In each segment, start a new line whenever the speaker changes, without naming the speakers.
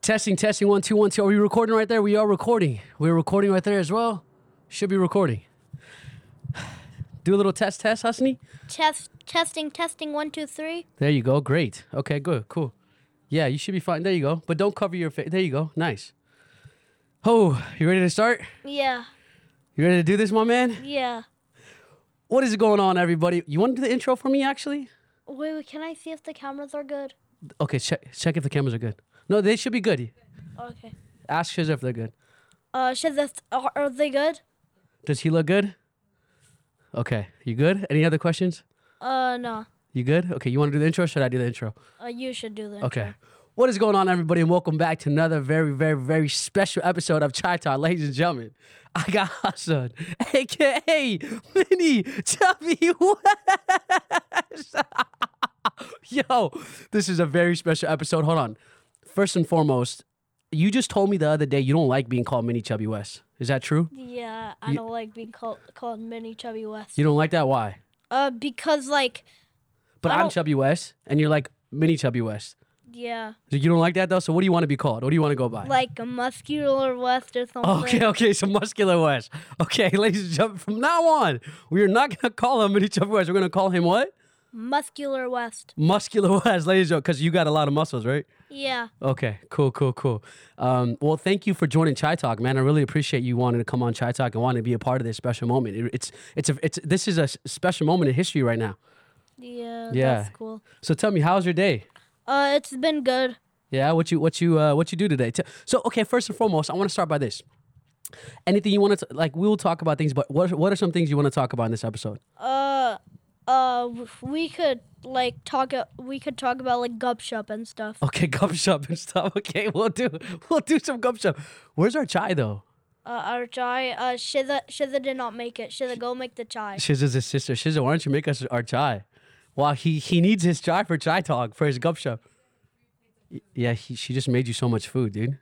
Testing, testing, one, two, one, two. Are we recording right there? We are recording. We're recording right there as well. Should be recording. Do a little test, test, Husni.
Test, testing, testing, one, two, three.
There you go. Great. Okay, good, cool. Yeah, you should be fine. There you go. But don't cover your face. There you go. Nice. Oh, you ready to start?
Yeah,
You ready to do this, my man?
yeah.
What is going on, everybody? You want to do the intro for me, actually?
Wait, wait, can I see if the cameras are good?
Okay, check check if the cameras are good. No, they should be good.
Oh, Okay.
Ask Shiz if they're good.
Uh, should this, are, are they good?
Does he look good? Okay, you good? Any other questions?
Uh, no.
You good? Okay, you want to do the intro? Or should I do the intro?
Uh, you should do that.
Okay. What is going on, everybody, and welcome back to another very, very, very special episode of Chai Talk, ladies and gentlemen. I got Hassan, aka Mini Chubby West. Yo, this is a very special episode. Hold on. First and foremost, you just told me the other day you don't like being called Mini Chubby West. Is that true?
Yeah, I don't like being called called Mini Chubby West.
You don't like that? Why?
Uh, because like,
But
I
I'm
don't-
Chubby West, and you're like Mini Chubby West.
yeah,
You don't like that though. So what do you want to be called? What do you want to go by?
like a muscular West or something.
Oh, Okay, okay, so muscular West. Okay, ladies and gentlemen, from now on, we are not gonna call him Mini Chubby West. We're gonna call him what?
Muscular West.
Muscular West, ladies and gentlemen, because you got a lot of muscles, right?
Yeah.
Okay, cool, cool, cool. Um, well, thank you for joining Chai Talk, man. I really appreciate you wanting to come on Chai Talk and wanting to be a part of this special moment. It- it's, it's, a, it's, this is a s- special moment in history right now.
Yeah.
Yeah.
That's cool.
So tell me, how's your day?
Uh, it's been good.
Yeah, what you what you uh, what you do today? T- So okay, first and foremost, I want to start by this. Anything you want to like? We will talk about things, but what what are some things you want to talk about in this episode?
Uh, uh, w- we could like talk. a- We could talk about like Gup Shop and stuff.
Okay, gum shop and stuff. Okay, we'll do we'll do some gum shop. Where's our chai though?
Uh, our chai. Uh, Shiza, Shiza did not make it. Shiza, go make the chai.
Shizza's his sister. Shizza, why don't you make us our chai? Wow, he he needs his chai for chai talk for his gum shop. Y- Yeah, he, she just made you so much food, dude.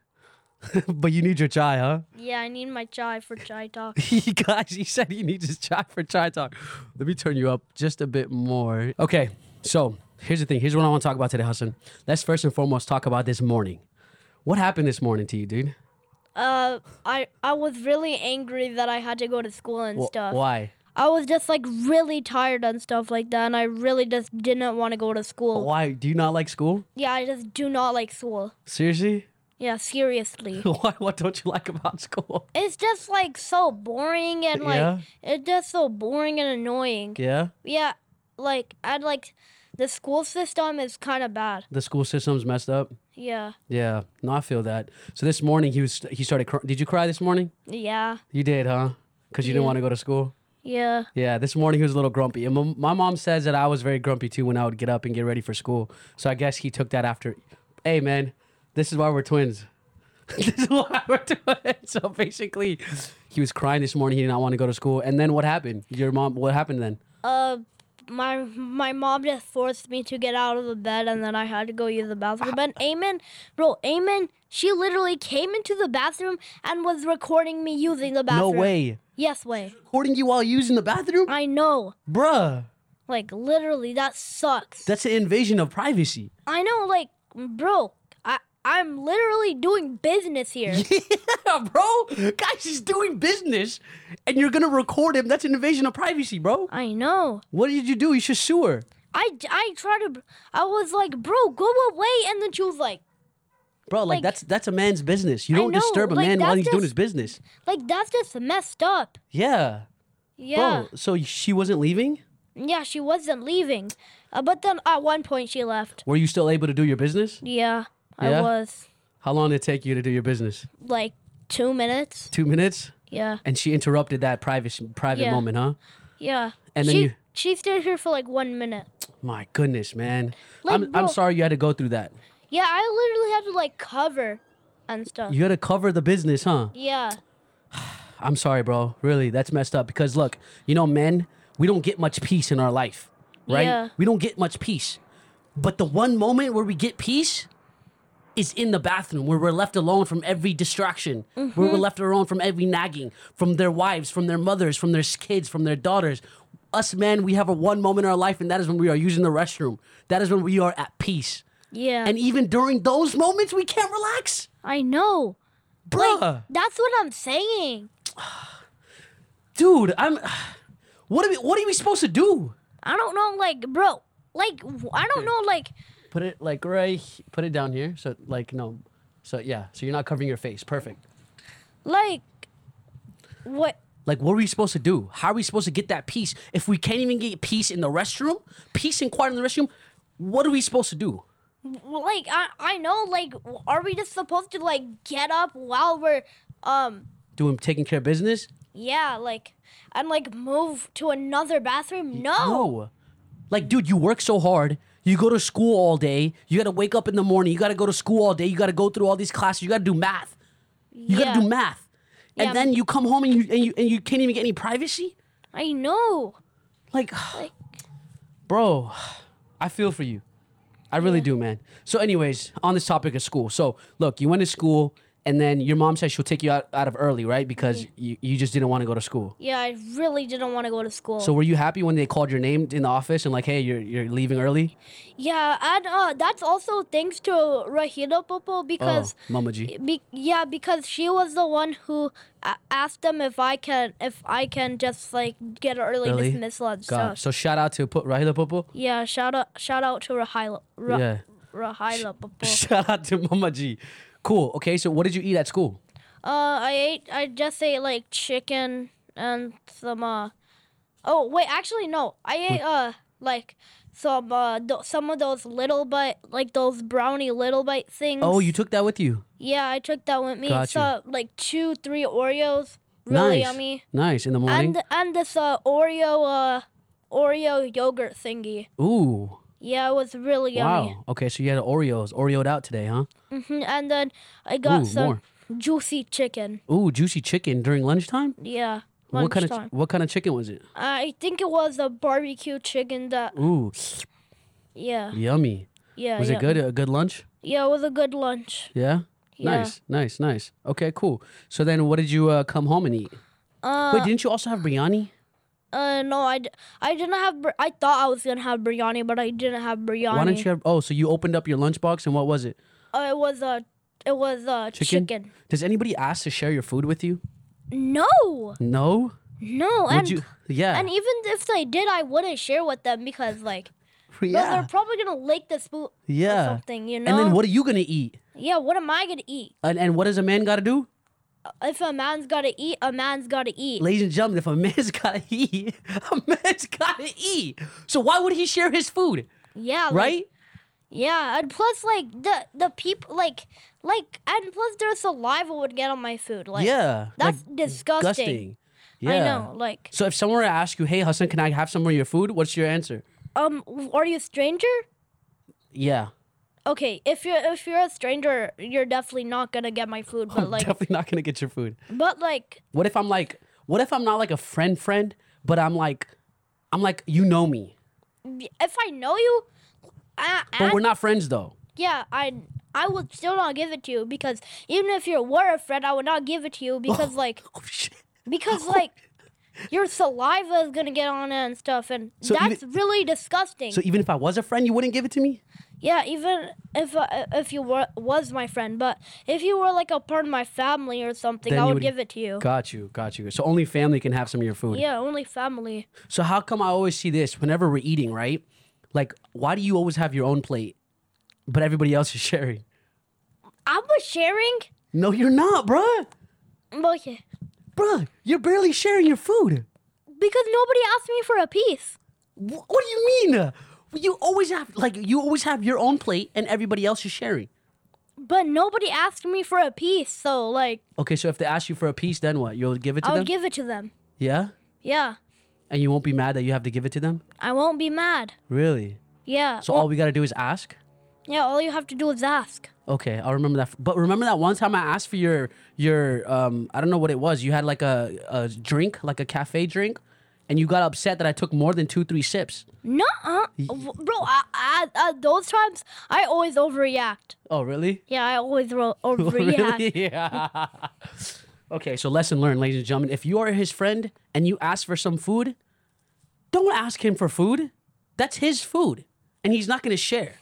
but you need your chai, huh?
Yeah, I need my chai for chai talk.
He guys, he said he needs his chai for chai talk. Let me turn you up just a bit more. Okay, so here's the thing. Here's what I want to talk about today, Hassan. Let's first and foremost talk about this morning. What happened this morning to you, dude?
Uh, I I was really angry that I had to go to school and
Wh-
stuff.
Why?
I was just like really tired and stuff like that, and I really just didn't want to go to school.
Why do you not like school?
Yeah, I just do not like school.
Seriously?
Yeah, seriously.
Why? What don't you like about school?
it's just like so boring and like
Yeah.
it's just so boring and annoying.
Yeah,
Yeah, like I'd like the school system is kind of bad.
the school system's messed up.
Yeah,
Yeah, no, I feel that. So this morning he was he started. Cr- did you cry this morning?
yeah,
You did, huh? Because you didn't
Yeah.
want to go to school.
yeah,
Yeah, this morning he was a little grumpy. And m- my mom says that I was very grumpy too when I would get up and get ready for school. So I guess he took that after. Hey, man, this is why we're twins. this is why we're twins. So basically, he was crying this morning. He did not want to go to school. And then what happened? Your mom, what happened then?
Uh, my my mom just forced me to get out of the bed, and then I had to go use the bathroom. And Amen, bro, Amen, she literally came into the bathroom and was recording me using the
No
bathroom.
way.
Yes way.
Recording you while using the bathroom?
I know.
Bruh,
Like literally, that sucks.
that's an invasion of privacy.
I know, like, bro, I I'm literally doing business here.
Yeah, bro. Guys, he's doing business and you're going to record him. That's an invasion of privacy, bro.
I know.
What did you do? You should sue her.
I I tried to. I was like, bro, go away, and then she was like,
Bro, like,
Like-
that's that's a man's business. You
I
don't
know,
disturb a
like,
man while
that's
he's doing his
just-
business.
like that's just messed up.
Yeah.
Yeah.
Bro, so she wasn't leaving?
Yeah, she wasn't leaving. Uh, but then at one point she left.
Were you still able to do your business?
Yeah,
Yeah?
I was.
How long did it take you to do your business?
Like two minutes.
Two minutes?
Yeah.
And she interrupted that private private
Yeah.
moment, huh?
Yeah.
And then
she,
you-
she stayed here for like one minute.
My goodness, man.
Like,
I'm,
bro-
I'm sorry you had to go through that.
Yeah, I literally had to like cover and stuff.
You had to cover the business, huh?
yeah.
I'm sorry, bro. Really, that's messed up because look, you know, men, we don't get much peace in our life, right?
Yeah.
We don't get much peace. But the one moment where we get peace is in the bathroom where we're left alone from every distraction, where we're left alone from every nagging, from their wives, from their mothers, from their kids, from their daughters. Us men, we have a one moment in our life, and that is when we are using the restroom. That is when we are at peace.
Yeah.
And even during those moments, we can't relax.
I know.
Bruh.
That's what I'm saying.
Dude, I'm. What are we? What are we supposed to do?
I don't know, like, bro, like, w- I don't know, like,
Put it like right. he- Put it down here. So like no. So yeah. So you're not covering your face. Perfect.
like, what?
Like what are we supposed to do? How are we supposed to get that peace if we can't even get peace in the restroom? Peace and quiet in the restroom. What are we supposed to do?
like I, I know like w- are we just supposed to like get up while we're um
Doing taking care of business?
yeah like and like move to another bathroom no
No. Like, dude, you work so hard. You go to school all day. You got to wake up in the morning. You got to go to school all day. You got to go through all these classes. You got to do math. You got
Yeah.
to do math. And
Yeah.
then you come home and you, and you and you can't even get any privacy?
i know
Like,
like
bro, I feel for you. I really do, man. So anyways, on this topic of school. So, look, you went to school and then your mom said she'll take you out, out of early, right? Because
Mm-hmm.
you, you just didn't want to go to school.
yeah i really didn't want to go to school
So were you happy when they called your name in the office and like, hey, you're you're leaving early?
yeah and uh that's also thanks to rahila popo
Oh,
because
Mama G.
Be- yeah, because she was the one who a- asked them if I can if I can just like get an early,
Early?
dismissal and
God.
stuff.
So shout out to po- Rahila Popo.
Yeah, shout out shout out to Rahila Ra- oh.
Yeah.
Rahila Popo.
Shout out to Mama G. Cool. Okay, so what did you eat at school?
Uh, I ate. I just ate like chicken and some. Uh, oh wait, actually no. I
Hmm.
ate uh like some uh th- some of those little bite like those brownie little bite things.
Oh, you took that with you.
Yeah, I took that with me.
Got you.
So like two, three Oreos. Really
nice.
yummy.
Nice in the morning.
And and this uh Oreo uh Oreo yogurt thingy.
Ooh.
Yeah, it was really yummy.
Wow. Okay, so you had Oreos, Oreoed out today, huh?
Mhm, And then I got
Ooh,
some
more.
juicy chicken.
Ooh, juicy chicken during lunchtime.
Yeah.
What kind
lunchtime.
of what kind of chicken was it?
I think it was a barbecue chicken that
Ooh,
yeah
yummy.
yeah
Was
yeah.
it good? A good lunch?
Yeah, it was a good lunch.
Yeah?
Yeah.
Nice, nice, nice. Okay, cool. So then, what did you uh, come home and eat?
Uh,
Wait, didn't you also have biryani?
uh no, I, d- I didn't have bir- I thought I was gonna have biryani, but I didn't have biryani.
Why didn't you have? Oh, so you opened up your lunchbox and what was it?
Uh, it was uh, it was uh
Chicken?
chicken.
Does anybody ask to share your food with you?
No,
No.
no,
Would
and
you? Yeah.
and even if they did, I wouldn't share with them because like no,
yeah.
they're probably gonna lick the spoon or
yeah.
something, you know.
And then what are you gonna eat?
Yeah, what am I gonna eat?
And, and what does a man gotta do?
If a man's gotta eat, a man's gotta eat.
Ladies and gentlemen, if a man's gotta eat, a man's gotta eat. So why would he share his food,
yeah, like,
right?
Yeah, and plus like the the people like like and plus their saliva would get on my food. Like
yeah.
that's disgusting.
disgusting. Yeah.
I know. Like
So if someone were to ask you, "Hey, Hassan, can I have some of your food?" What's your answer?
um, are you a stranger?
Yeah.
Okay, if you're if you're a stranger, you're definitely not gonna get my food. But
I'm
like,
definitely not gonna get your food.
but like,
What if I'm like, what if I'm not like a friend friend, but I'm like, I'm like, you know me,
if I know you, I,
but
I
we're not friends though.
yeah, I I would still not give it to you because even if you were a friend, I would not give it to you because like
Oh shit.
because like. Your saliva is gonna get on it and stuff, and
So even-
that's really disgusting.
So even if I was a friend, you wouldn't give it to me?
Yeah, even if uh, if you were was my friend, but if you were like a part of my family or something,
Then
I
you
would,
would-
give it to you.
Got you, got you. So only family can have some of your food.
Yeah, only family.
So how come I always see this whenever we're eating, right? Like, why do you always have your own plate, but everybody else is sharing?
I was sharing.
No, you're not, bruh.
Okay,
Bruh, you're barely sharing your food.
because nobody asked me for a piece.
Wh- what do you mean? You always have like you always have your own plate and everybody else is sharing.
But nobody asked me for a piece, so like
Okay, so if they ask you for a piece, then what? You'll give it to
I
them?
would give it to them.
yeah?
Yeah,
And you won't be mad that you have to give it to them?
I won't be mad.
Really?
Yeah.
So
well,
all we gotta do is ask?
yeah, all you have to do is ask.
Okay, I'll remember that. But remember that one time I asked for your your um I don't know what it was. You had like a, a drink, like a cafe drink, and you got upset that I took more than two three sips.
No, uh, bro. I, I, uh, those times I always overreact.
Oh really?
Yeah, I always ro- overreact.
Really? Yeah. okay, so lesson learned, ladies and gentlemen. If you are his friend and you ask for some food, don't ask him for food. That's his food, and he's not gonna share.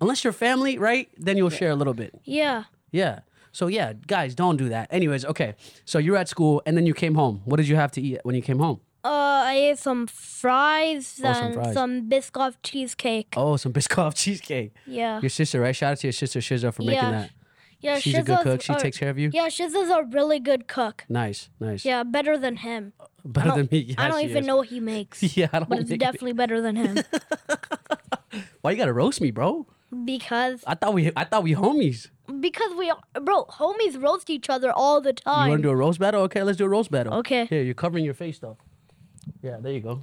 Unless you're family, right? Then you'll share a little bit.
Yeah.
Yeah. So yeah, guys, don't do that. Anyways, okay. So you're at school and then you came home. What did you have to eat when you came home?
Uh, I ate some fries
Oh, some
and
fries.
some Biscoff cheesecake.
Oh, some Biscoff cheesecake.
Yeah.
Your sister, right? Shout out to your sister Shizza for making
Yeah.
that.
Yeah,
She's a good
Shizzo's
cook. She
a-
takes care of you.
Yeah, Shizzo's a really good cook.
Nice, nice.
Yeah, better than him.
Better than me. Yeah,
I don't
Oh, she
even
is.
know what he makes,
Yeah, I don't.
but it's
think-
definitely better than him
Why you gotta roast me, bro?
because
I thought we, I thought we homies.
because we are- bro homies roast each other all the
You want
time.
to do a roast battle? Okay, let's do a roast battle.
Okay.
Here, you're covering your face though. Yeah, there you go.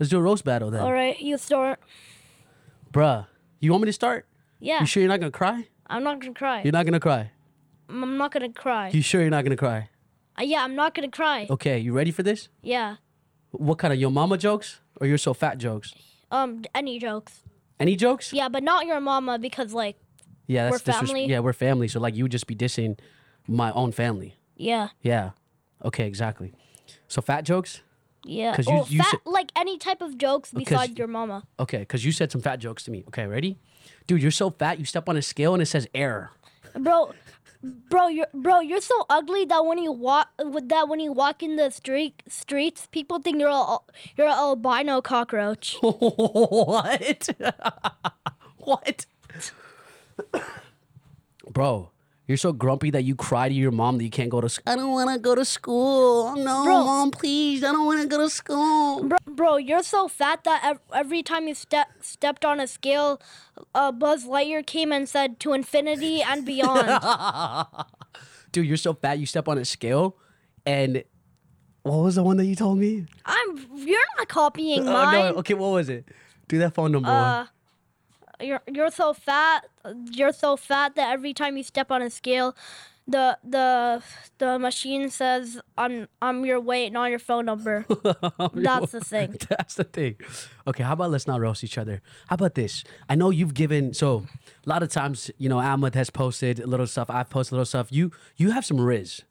Let's do a roast battle then.
all right, you start.
Bruh, you want me to start?
Yeah,
You sure you're not gonna cry?
I'm not gonna cry.
You're not gonna cry.
I'm not gonna cry.
You Oh. sure you're not gonna cry?
Uh, yeah, I'm not gonna cry.
Okay, you ready for this?
Yeah.
What kind of your mama jokes or your so fat jokes?
Um, any jokes?
Any jokes?
Yeah, but not your mama because like
Yeah, that's
We're
disres-
family.
Yeah, we're family. So like, you would just be dissing my own family.
yeah,
Yeah. Okay, exactly. So fat jokes.
yeah.
'Cause you-
Or
you
fat,
said- Oh,
like any type of jokes besides your mama.
Okay, because you said some fat jokes to me. Okay, ready? Dude, you're so fat. You step on a scale and it says error.
bro bro you're bro you're so ugly that when you walk with that when you walk in the street streets people think you're a you're an albino cockroach
what? what? Bro, you're so grumpy that you cry to your mom that you can't go to school. I don't want to go to school. No,
Bro.
mom, please. I don't want to go to school.
bro, bro you're so fat that ev- every time you step stepped on a scale uh, buzz lightyear came and said to infinity and beyond
Dude, you're so fat. You step on a scale and what was the one that you told me?
i'm you're not copying
Oh,
mine
no. Okay, what was it? Do that phone number one.
uh you're, you're so fat you're so fat that every time you step on a scale the the the machine says I'm I'm your weight not your phone number that's the thing
That's the thing. Okay, how about let's not roast each other? How about this? I know you've given so a lot of times, you know, Ahmed has posted little stuff, I've posted little stuff. You you have some riz.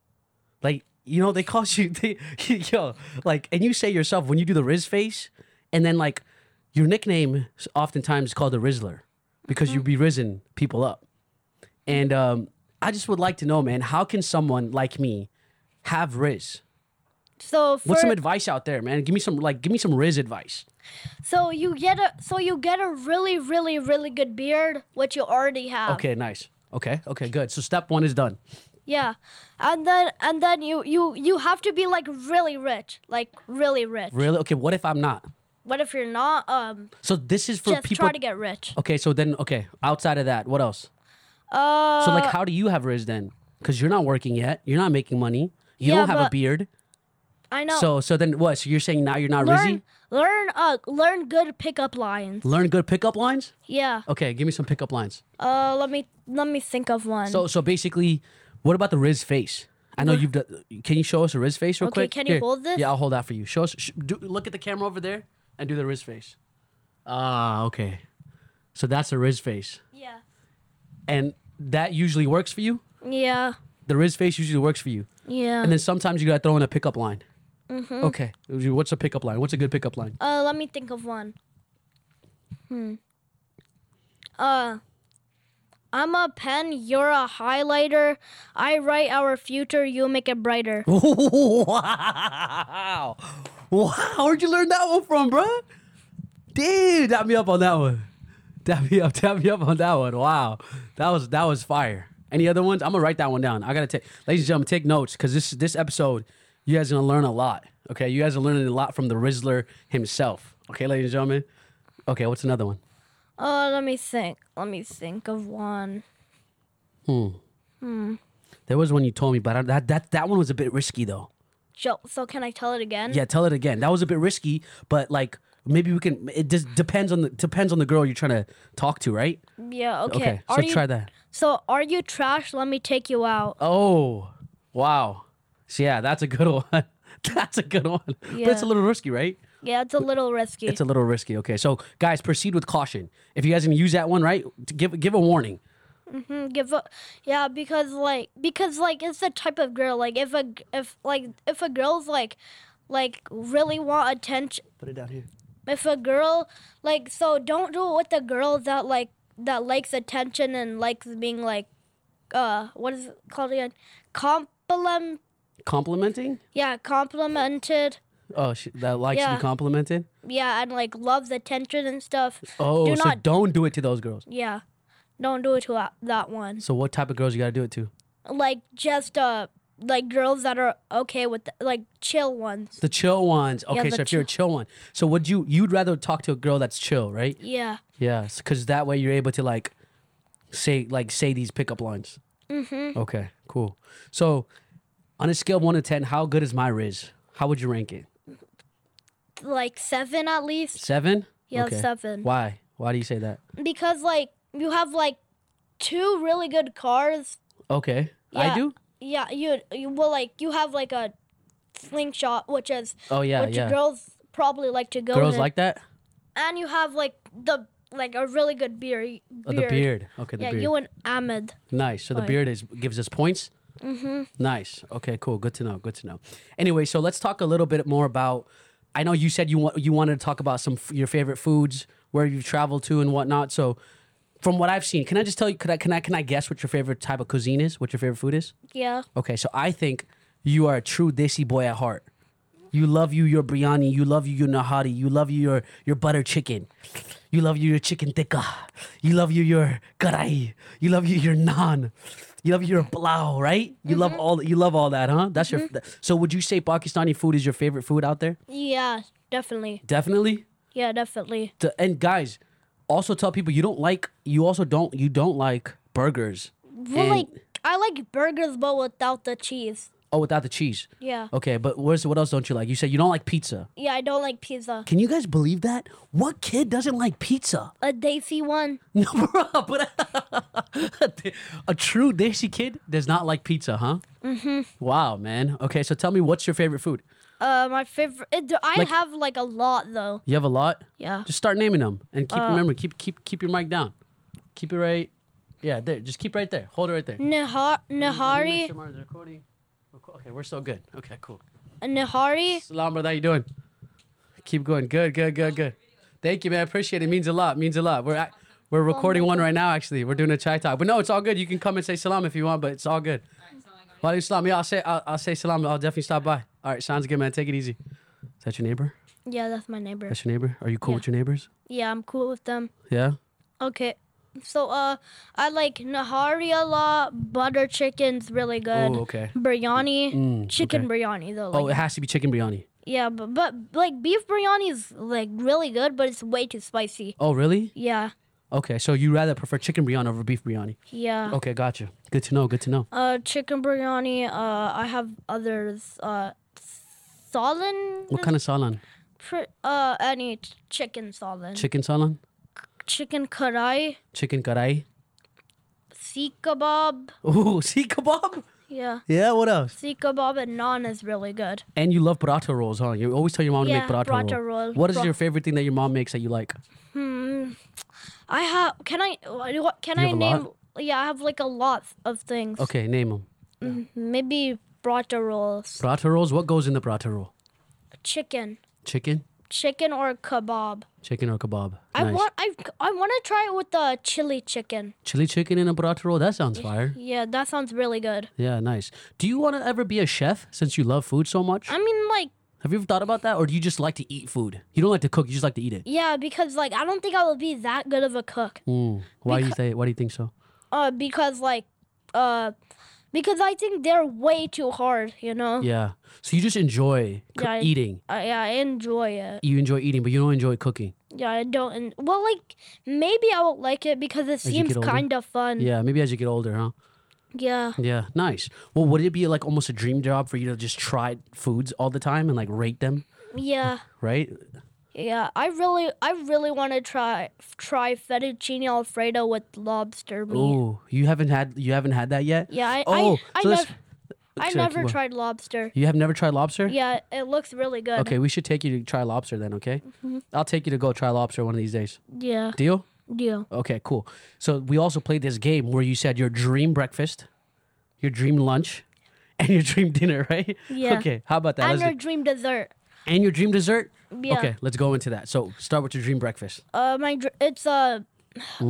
Like, you know, they call you they, yo, like and you say yourself when you do the Riz face, and then like your nickname is oftentimes called the Rizzler because you be rizzing people up. And um, I just would like to know, man, how can someone like me have Riz?
so for,
What's some advice out there, man? Give me some like give me some Riz advice.
so you get a so you get a really really really good beard which you already have
Okay, nice. Okay, okay, good. So step one is done.
yeah and then and then you you you have to be like really rich like really rich
Really? Okay, what if I'm not?
what if you're not um
So this is for
just
people.
try to get rich
okay, so then, okay, outside of that, what else?
uh
Oh. So, like, how do you have Riz then? Because you're not working yet. You're not making money. You
Yeah,
don't have a
but-
beard.
I know
So, so then what? So you're saying now you're not Rizzy?
learn learn uh learn good pickup lines.
Learn good pickup lines?
Yeah.
Okay, give me some pickup lines.
Uh, let me let me think of one.
So, so basically, what about the Riz face? I know you've done. Can you show us a Riz face real
Okay,
quick?
can you hold this?
Yeah, I'll hold that for you. Show us. Sh- do, look at the camera over there and do the Riz face. Ah, okay. So that's a Riz face.
yeah.
and that usually works for you.
Yeah.
The Riz face usually works for you,
Yeah.
and then sometimes you gotta throw in a pickup line.
Mm-hmm.
Okay, what's a pickup line? What's a good pickup line?
uh, let me think of one. Hmm. Uh. I'm a pen, you're a highlighter. I write our future, you make it brighter.
wow, wow, where'd you learn that one from, bro? Dude, tap me up on that one. Tap me up, tap me up on that one. Wow, that was that was fire. Any other ones? I'm gonna write that one down. I gotta take, ladies and gentlemen, take notes because this this episode, you guys gonna learn a lot. Okay, you guys are learning a lot from the Rizzler himself. Okay, ladies and gentlemen. Okay, what's another one?
Uh, let me think. Let me think of one.
There was one you told me, but I, that that that one was a bit risky though.
So, so can I tell it again?
Yeah, tell it again. That was a bit risky, but like maybe we can. It just depends on the depends on the girl you're trying to talk to, right?
Yeah, okay.
Okay, so
Are you-
try that.
So, are you trash? Let me take you out.
Oh, wow. So yeah, that's a good one. that's a good one. But it's a
Yeah.
little risky, right?
Yeah, it's a little risky.
It's a little risky. Okay, so guys, proceed with caution. If you guys can use that one, right? to Give give a warning.
give up yeah because like because like it's the type of girl like if a g- if like if a girl's like like really want attention
Put it down here.
if a girl like so don't do it with the girl that like that likes attention and likes being like uh what is it called again? Compliment
Complimenting?
yeah, complimented.
Oh, sh- that likes to
Yeah.
be complimented?
Yeah, and like love the tension and stuff.
Oh,
Do
so
not-
don't do it to those girls.
Yeah. Don't do it to that- that one.
So what type of girls you gotta do it to?
Like just uh like girls that are okay with the, like chill ones.
The chill ones. Okay,
the
so if you're a chill one, so would you you'd rather talk to a girl that's chill, right?
Yeah.
Yes, because that way you're able to like say like say these pickup lines. Mm-hmm. Okay, cool. So on a scale of one to ten, how good is my Riz? How would you rank it?
Like 7 at least.
Seven.
Yeah, 7.
Why? Why do you say that?
Because like you have like two really good cars.
Okay, I
Yeah.
do.
Yeah, you you well like you have like a slingshot which is
Oh yeah,
which
yeah.
girls probably like to go
Girls
in.
like that.
and you have like the like a really good beer. beard.
Oh, the beard. Okay, the
Yeah,
beard.
you and Ahmed.
Nice. So the
Fine.
beard is gives us points. Mm-hmm. Nice. Okay. Cool. Good to know. Good to know. Anyway, so let's talk a little bit more about. I know you said you want you wanted to talk about some f- your favorite foods, where you've traveled to and whatnot. So, from what I've seen, can I just tell you? Can I can I can I guess what your favorite type of cuisine is? What your favorite food is?
Yeah.
Okay. So I think you are a true desi boy at heart. You love you your biryani. You love you your nahari. You love you your your butter chicken. You love you your chicken tikka. You love you your karai. You love you your naan. You love your pulao, right? You love
Mm-hmm.
all you love all that, huh? That's your. So would you say Pakistani food is your favorite food out there?
Yeah, definitely.
Definitely.
Yeah, definitely.
The- and guys, also tell people you don't like. You also don't. You don't like burgers.
Well,
and-
like I like burgers but without the cheese.
oh, without the cheese.
Yeah.
Okay, but where's what else don't you like? You said you don't like pizza.
Yeah, I don't like pizza.
Can you guys believe that? What kid doesn't like pizza?
A desi one.
No, bro, but a true Desi kid does not like pizza, huh? Mm-hmm. Wow, man. Okay, so tell me, what's your favorite food?
Uh, my favorite. It, I
Like-
have like a lot though.
You have a lot.
Yeah.
Just start naming them, and keep remember, keep keep keep your mic down, keep it right. Yeah, there. Just keep right there. Hold it right there.
Nihar,
Make
Nihari,
sure mine's recording. Reco- Okay, we're so good. Okay, cool.
Nihari.
Salam, brother. How you doing? Keep going. Good, good, good, good. Thank you, man. I appreciate it. Means a lot. Means a lot. We're at, we're recording one right now. Actually, we're doing a chai talk. But no, it's all good. You can come and say salam if you want, but it's all good. Wa alaikum salam. Yeah, I'll say I'll, I'll say salam. I'll definitely stop by. All right, sounds good, man. Take it easy. Is that your neighbor?
Yeah, that's my neighbor.
That's your neighbor. Are you cool
Yeah.
with your neighbors?
Yeah, I'm cool with them.
Yeah.
Okay. So uh I like Nahari a lot. Butter chicken's really good.
Oh, okay.
Biryani. chicken
okay.
biryani though.
Oh,
Like,
it has to be chicken biryani.
Yeah, but but like beef biryani is like really good, but it's way too spicy.
Oh, really?
Yeah.
Okay, so you rather prefer chicken biryani over beef biryani?
Yeah.
Okay, gotcha. Good to know. Good to know.
Uh chicken biryani, uh I have others uh Salin,
What kind of salan?
Pr- uh, any ch- chicken salin,
Chicken salan?
chicken karai,
Chicken karai?
seek kebab,
Ooh, see kebab?
yeah,
Yeah, what else?
seek kebab and naan is really good.
And you love paratha rolls, huh? You always tell your mom
Yeah,
to make paratha,
paratha
roll.
roll.
What is
Bro-
your favorite thing that your mom makes that you like?
I have. Can I? What can
You
I
have a
name? Yeah, I have like a lot of things.
Okay, name them.
Maybe burrata rolls,
Paratha rolls. What goes in the paratha roll?
chicken,
Chicken,
chicken or kebab.
chicken or kebab?
I
nice.
want. I I want to try it with the chili chicken.
chili chicken in a paratha roll. That sounds fire.
Yeah, that sounds really good.
Yeah, nice. Do you want to ever be a chef since you love food so much?
I mean, like,
Have you ever thought about that, or do you just like to eat food? You don't like to cook. You just like to eat it.
yeah, because like I don't think I will be that good of a cook.
Mm. Why do you say? Why do you think so?
Uh, because like, uh, because I think they're way too hard. You know.
Yeah. So you just enjoy co-
Yeah, I-
eating.
I, I enjoy it.
You enjoy eating, but you don't enjoy cooking.
Yeah, I don't. En- well, like maybe I will like it because it
you
seems
get older?
kind of fun.
Yeah, maybe as you get older, huh?
yeah.
Yeah, nice. Well, would it be like almost a dream job for you to just try foods all the time and like rate them,
Yeah,
right?
yeah. I really, I really want to try try fettuccine alfredo with lobster meat.
Oh, you haven't had you haven't had that yet?
Mm. Yeah, I,
oh, so
I, I
that's-
never, I
Sorry, keep
never
going.
tried lobster.
You have never tried lobster?
Yeah, it looks really good.
Okay, we should take you to try lobster then, okay?
Mm-hmm.
I'll take you to go try lobster one of these days.
Yeah,
Deal?
deal.
Okay, cool. So we also played this game where you said your dream breakfast, your dream lunch, and your dream dinner, right?
Yeah.
Okay, how about that?
And
Let's
your
do-
dream dessert.
and your dream dessert?
Yeah.
Okay, let's go into that. So start with your dream breakfast.
Uh, my dr- it's uh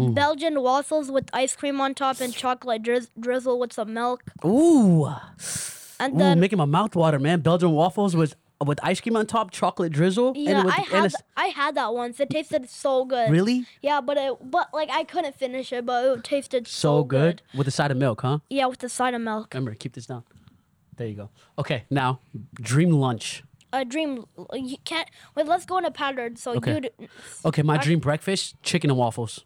Belgian waffles with ice cream on top and chocolate drizz- drizzle with some milk.
Ooh.
And
Ooh,
then
making my mouth water, man. Belgian waffles with with ice cream on top, chocolate drizzle.
yeah,
with,
I
a
had
s-
I had that once. It tasted so good.
Really?
Yeah, but it but like I couldn't finish it, but it tasted so,
So good. With a side of milk, huh?
Yeah, with the side of milk.
Remember, keep this down. There you go. Okay, now dream lunch.
A dream. You can't. Wait, let's go in a pattern. So
Okay.
you. d-
Okay, my dream breakfast: chicken and waffles.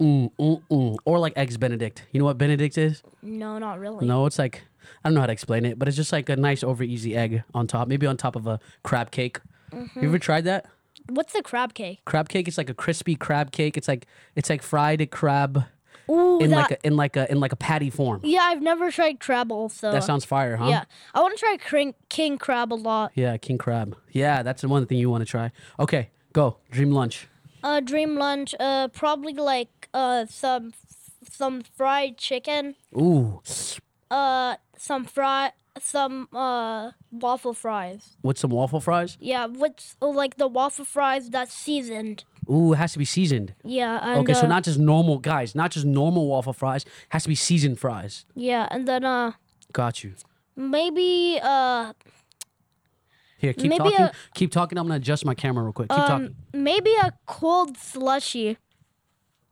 Mm, mm, mm. Or like eggs Benedict. You know what Benedict is?
No, not really.
No, it's like I don't know how to explain it, but it's just like a nice over easy egg on top, maybe on top of a crab cake.
Mm-hmm.
You ever tried that?
What's the crab cake?
Crab cake. It's like a crispy crab cake. It's like it's like fried crab
Ooh,
in
that.
like a in like a in like a patty form.
yeah, I've never tried crab also.
That sounds fire, huh?
Yeah, I want to try king, king crab a lot.
Yeah, king crab. Yeah, that's the one thing you want to try. Okay, go dream lunch.
Uh, dream lunch. Uh, probably like uh some some fried chicken.
Ooh,
Uh, some fry some uh waffle fries.
with some waffle fries.
Yeah, what's oh, like the waffle fries that's seasoned.
Ooh, it has to be seasoned.
Yeah, and
okay,
uh,
so not just normal guys, not just normal waffle fries. Has to be seasoned fries.
yeah, and then uh
Got you.
maybe uh
Here, keep
Maybe
talking.
a- Um,
keep talking. I'm gonna adjust my camera real quick. Keep talking.
maybe a cold slushy.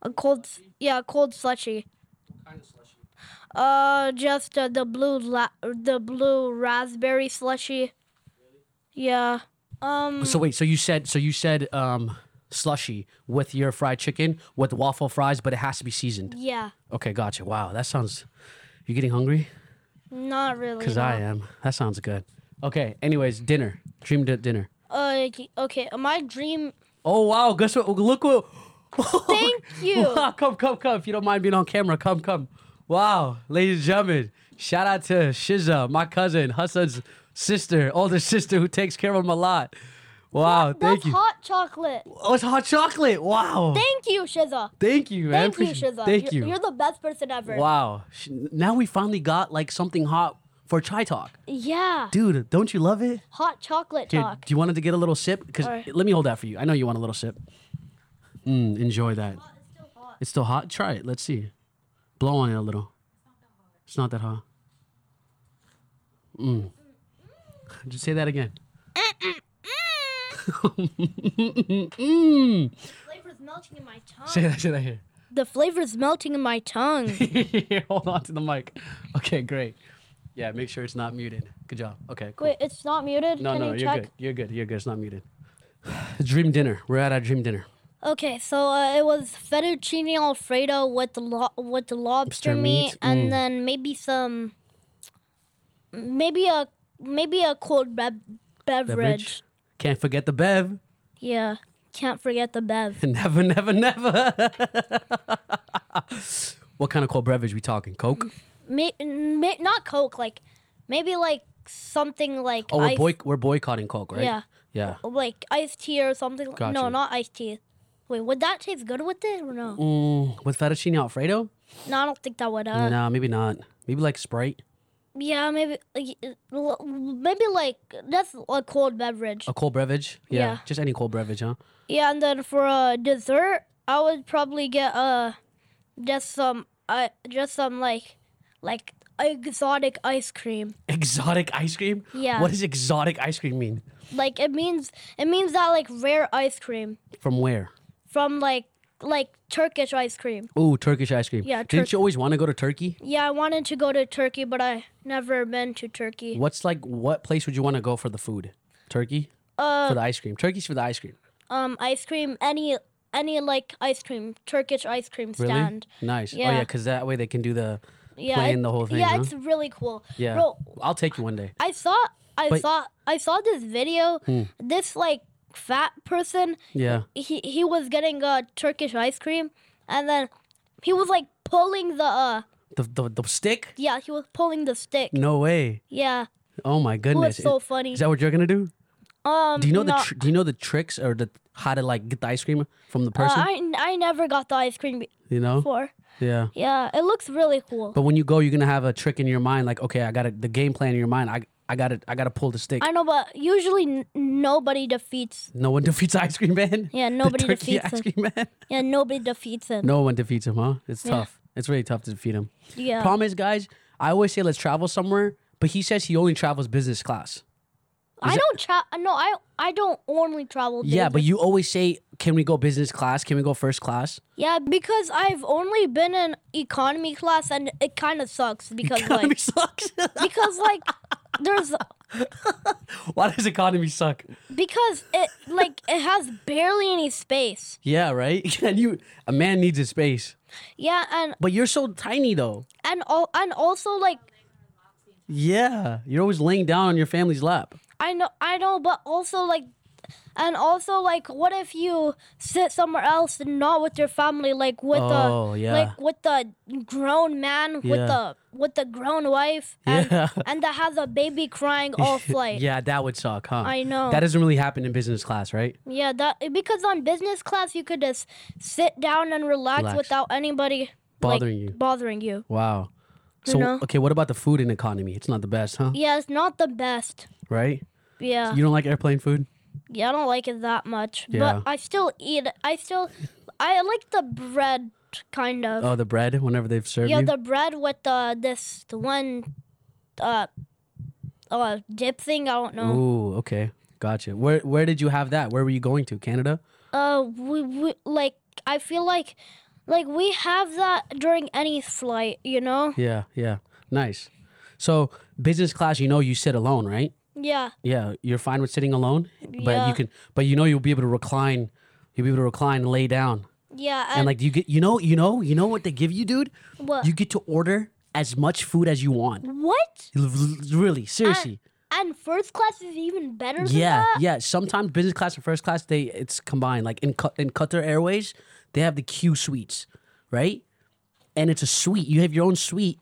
A cold s- yeah, a cold slushy. Uh, just uh, the blue la- the blue raspberry slushy. Yeah. Um.
So wait, so you said so you said um slushy with your fried chicken with waffle fries, but it has to be seasoned.
Yeah.
Okay, gotcha. Wow, that sounds. You getting hungry?
Not really.
Cause I am. That sounds good. Okay. Anyways, dinner. Dream di- dinner.
Uh. y- Okay. My dream.
Oh wow! Guess what? Look what.
Thank you.
Wow, come, come, come. If you don't mind being on camera, come, come. Wow, ladies and gentlemen, shout out to Shiza, my cousin, Hassan's sister, older sister who takes care of him a lot. Wow, thank
That's
you.
hot chocolate.
Oh, it's hot chocolate. Wow. Thank,
Thank you, Shiza.
you, man.
Thank you,
Appreciate-
Shiza.
Thank
you're,
you.
You're the best person ever.
Wow. Sh- Now we finally got like something hot for Chai Talk.
Yeah.
Dude, don't you love it?
Hot chocolate
Here,
talk.
do you want to get a little sip? Because
Alright.
let me hold that for you. I know you want a little sip. Mm, enjoy that.
It's still hot.
It's still hot. Try it. Let's see. Blow on it a little. It's not that hot. Mm. Just say that again.
flavor's melting in my tongue.
Mm. Say that. Say that here.
The flavor's melting in my tongue.
Here, hold on to the mic. Okay, great. Yeah, make sure it's not muted. Good job. Okay, cool.
Wait, it's not muted.
no,
Can
no,
you
you're
check?
good. You're good. You're good. It's not muted. dream dinner. We're at our dream dinner.
Okay, so uh, it was fettuccine alfredo with lo- with the lobster meat,
meat, mm.
and then maybe some, maybe a maybe a cold bev- beverage.
Beverage. Can't forget the bev.
Yeah, can't forget the bev.
Never, never, never. what kind of cold beverage we talking? Coke?
May- may- not Coke, like maybe like something like
Oh, we're,
ice,
boy- we're boycotting Coke, right?
Yeah.
Yeah.
like iced tea or something.
Got
no,
you.
not iced tea. Wait, would that taste good with it or no?
Mm, with fettuccine alfredo?
No, I don't think that would. Uh,
nah, maybe not. Maybe like Sprite,
Yeah, maybe like, uh, l- maybe like that's a cold beverage.
a cold beverage. Yeah,
Yeah.
just any cold beverage, huh?
Yeah, and then for uh, dessert, I would probably get uh just some uh just some like like exotic ice cream.
Exotic ice cream.
Yeah.
What does exotic ice cream mean?
Like it means it means that like rare ice cream
From where?
from like like Turkish ice cream.
Ooh, Turkish ice cream.
Yeah,
Didn't
Turk-
you always want to go to Turkey?
Yeah, I wanted to go to Turkey, but I never been to Turkey.
What's like? What place would you want to go for the food? Turkey. for
Uh,
the ice cream. Turkey's for the ice cream.
Um, ice cream any any like ice cream Turkish ice cream
Really?
stand.
Nice. Oh yeah,
Yeah.
because that way they can do the
Yeah,
playing
it-
the whole thing.
Yeah,
huh?
it's really cool.
yeah.
Bro,
I'll take you one day.
I saw I
But- Hmm.
saw I saw this video. This like fat person.
Yeah.
He he was getting uh, Turkish ice cream, and then he was like pulling the uh
The the, the stick?
yeah he was pulling the stick.
No way.
Yeah,
Oh my
it
goodness.
was so
Is-
funny.
Is that what you're gonna do?
um,
Do you know
no,
the tr- Do you know the tricks or the how to like get the ice cream from the
uh,
person?
I I never got the ice cream
you know?
before.
Yeah.
Yeah, it looks really cool.
But when you go, you're gonna have a trick in your mind, like okay, I got to the game plan in your mind. I I gotta I gotta pull the stick.
I know, but usually n- nobody defeats.
no one defeats Ice Cream Man.
Yeah, nobody
the turkey
defeats
Ice
him.
Cream Man.
Yeah, nobody defeats him.
No one defeats him, huh? It's tough. It's really tough to defeat him.
Yeah.
Problem is, guys, I always say let's travel somewhere, but he says he only travels business class.
I don't travel. No, I I don't only travel.
Yeah,
business.
but you always say, can we go business class? Can we go first class?
yeah, because I've only been in economy class, and it kind of sucks because
Economy
like
sucks.
because like there's
Why does economy suck?
because it like it has barely any space.
Yeah, right. And you, a man needs his space.
Yeah, and
But you're so tiny though.
and all and also like
Yeah, you're always laying down on your family's lap.
I know, I know, but also like, and also like, what if you sit somewhere else and not with your family, like with
Oh,
the,
yeah.
like with the grown man, with
Yeah.
the with the grown wife, and,
Yeah.
and that has a baby crying all flight.
Yeah, that would suck, huh?
I know.
That doesn't really happen in business class, right?
Yeah, that because on business class you could just sit down and relax,
Relax.
without anybody like,
Bothering you.
Bothering you.
Wow. So
know?
okay, what about the food in economy? It's not the best, huh?
Yeah, it's not the best.
Right?
Yeah.
You don't like airplane food?
Yeah, I don't like it that much,
Yeah.
but I still eat. it. I still, I like the bread kind of.
Oh, the bread whenever they've served
yeah,
you.
the bread with uh this one, uh, uh dip thing. I don't know.
Ooh, okay, gotcha. Where where did you have that? Where were you going to? Canada?
Uh, we, we like I feel like, like we have that during any flight. You know.
Yeah, yeah, nice. So business class, you know, you sit alone, right?
Yeah.
Yeah, you're fine with sitting alone, but
Yeah.
you can, but you know, you'll be able to recline. You'll be able to recline and lay down,
Yeah.
and like you get, you know, you know, you know what they give you, dude.
Um, What?
You get to order as much food as you want.
what?
Really, seriously.
And first class is even better. Than
Yeah,
Uh, That?
yeah. Sometimes business class and first class, they it's combined. Like in Q- in Qatar Airways, they have the Q suites, right? And it's a suite. You have your own suite.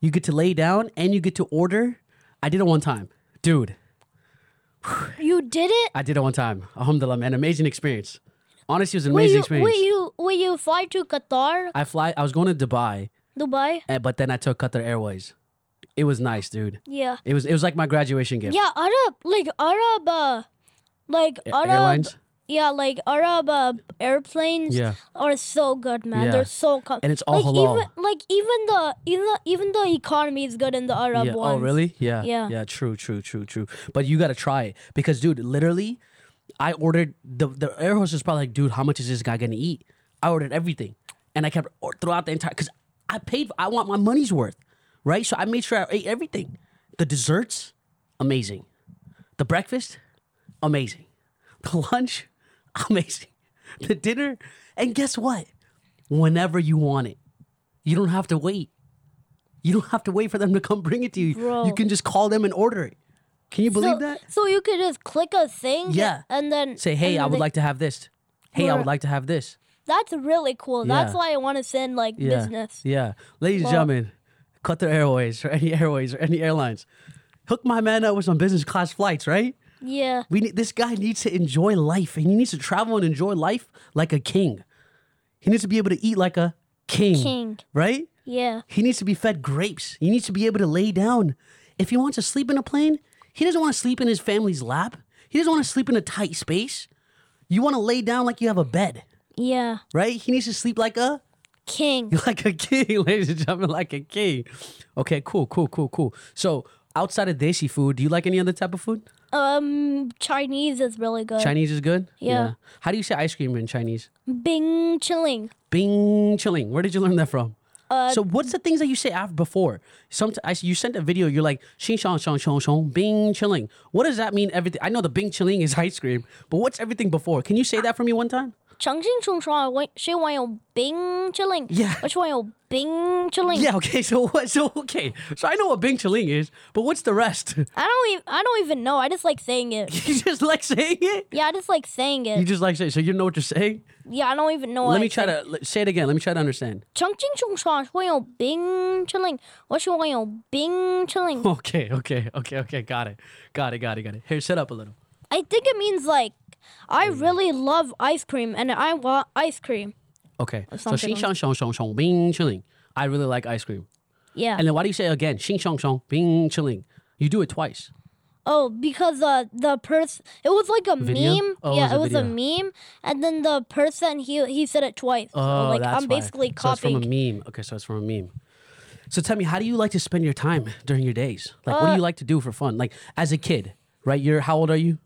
You get to lay down and you get to order. I did it one time, dude.
You did it.
I did it one time. Alhamdulillah, man. Amazing experience. Honestly, it was an
Will
amazing
you,
experience.
will you will you fly to Qatar,
I fly. I was going to Dubai,
Dubai?
eh, but then I took Qatar Airways. It was nice, dude.
Yeah.
It was it was like my graduation gift.
Yeah, Arab, like Arab, uh, like Arab.
airlines?
Yeah, like Arab uh, airplanes
Yeah.
are so good, man.
Yeah.
They're so com-
And it's all
like
halal.
even like even the even the, even the economy is good in the Arab
yeah. Oh,
ones.
really? Yeah.
Yeah.
Yeah. True. True. True. True. But you got to try it because, dude, literally, I ordered the the air hostess was probably like, dude, how much is this guy gonna eat? I ordered everything, and I kept or- throughout the entire because I paid. I want my money's worth, right? So I made sure I ate everything. The desserts, amazing. The breakfast, amazing. The lunch, amazing. The dinner, and guess what? Whenever you want it, you don't have to wait. You don't have to wait for them to come bring it to you.
Bro.
You can just call them and order it. Can you believe
So,
that?
so you could just click a thing.
Yeah.
And then
Say, hey,
and
I
then
would
they-
like to have this. Hey, I
Or-
would like to have this.
That's really cool. That's
Yeah.
why I want to send like
Yeah.
business.
Yeah. Ladies
Well-
and gentlemen, Qatar Airways or any airways or any airlines. Hook my man up with some business class flights, right?
Yeah.
We need this guy needs to enjoy life and he needs to travel and enjoy life like a king. He needs to be able to eat like a king.
King.
Right?
Yeah.
He needs to be fed grapes. He needs to be able to lay down. If he wants to sleep in a plane, he doesn't want to sleep in his family's lap. He doesn't want to sleep in a tight space. You want to lay down like you have a bed,
Yeah.
right? He needs to sleep like a
King.
like a king, ladies and gentlemen, like a king. Okay, cool, cool, cool, cool. So outside of desi food, do you like any other type of food?
Um, Chinese is really good.
Chinese is good.
Yeah.
How do you say ice cream in Chinese?
Bing chilling.
Bing chilling. Where did you learn that from? so what's the things that you say after before? Some I, you sent a video. You're like shing shong shong shong shong bing chilling. What does that mean? Everything I know the bing chilling is ice cream, but what's everything before? Can you say that for me one time?
重新重说啊，我是我有冰淇淋，
Yeah.
我是我有冰淇淋。
Yeah. Okay. So what? So okay. So I know what bing chilling is, but what's the rest?
I don't even I don't even know. I just like saying it.
you just like saying it.
Yeah, I just like saying
You
it.
just like saying. So you know what you're saying.
Yeah, I don't even know.
Let me try to let- say it again. Let me try to understand.
重新重说，我有冰淇淋，我是我有冰淇淋。
Okay. Okay. Okay. Okay. Got it. Got it. Got it. Got it. Here, sit up a little.
I think it means like I really love ice cream and I want ice cream.
Okay. So
something
shing
like-
shong shong shong shong bing chilling. I really like ice cream.
Yeah.
And then why do you say again? Shing shong shong bing chilling. You do it twice.
Oh, because uh, the person it was like a
Video?
meme.
Oh, it
yeah,
was a
it was a, meme, and then the person he he said it twice. so, Oh, like
Oh, that's
I'm
why.
basically
So it's from
copying.
a meme. Okay, so it's from a meme. So tell me, how do you like to spend your time during your days? Like, what do
Uh,
you like to do for fun? Like, as a kid, right? You're how old are you?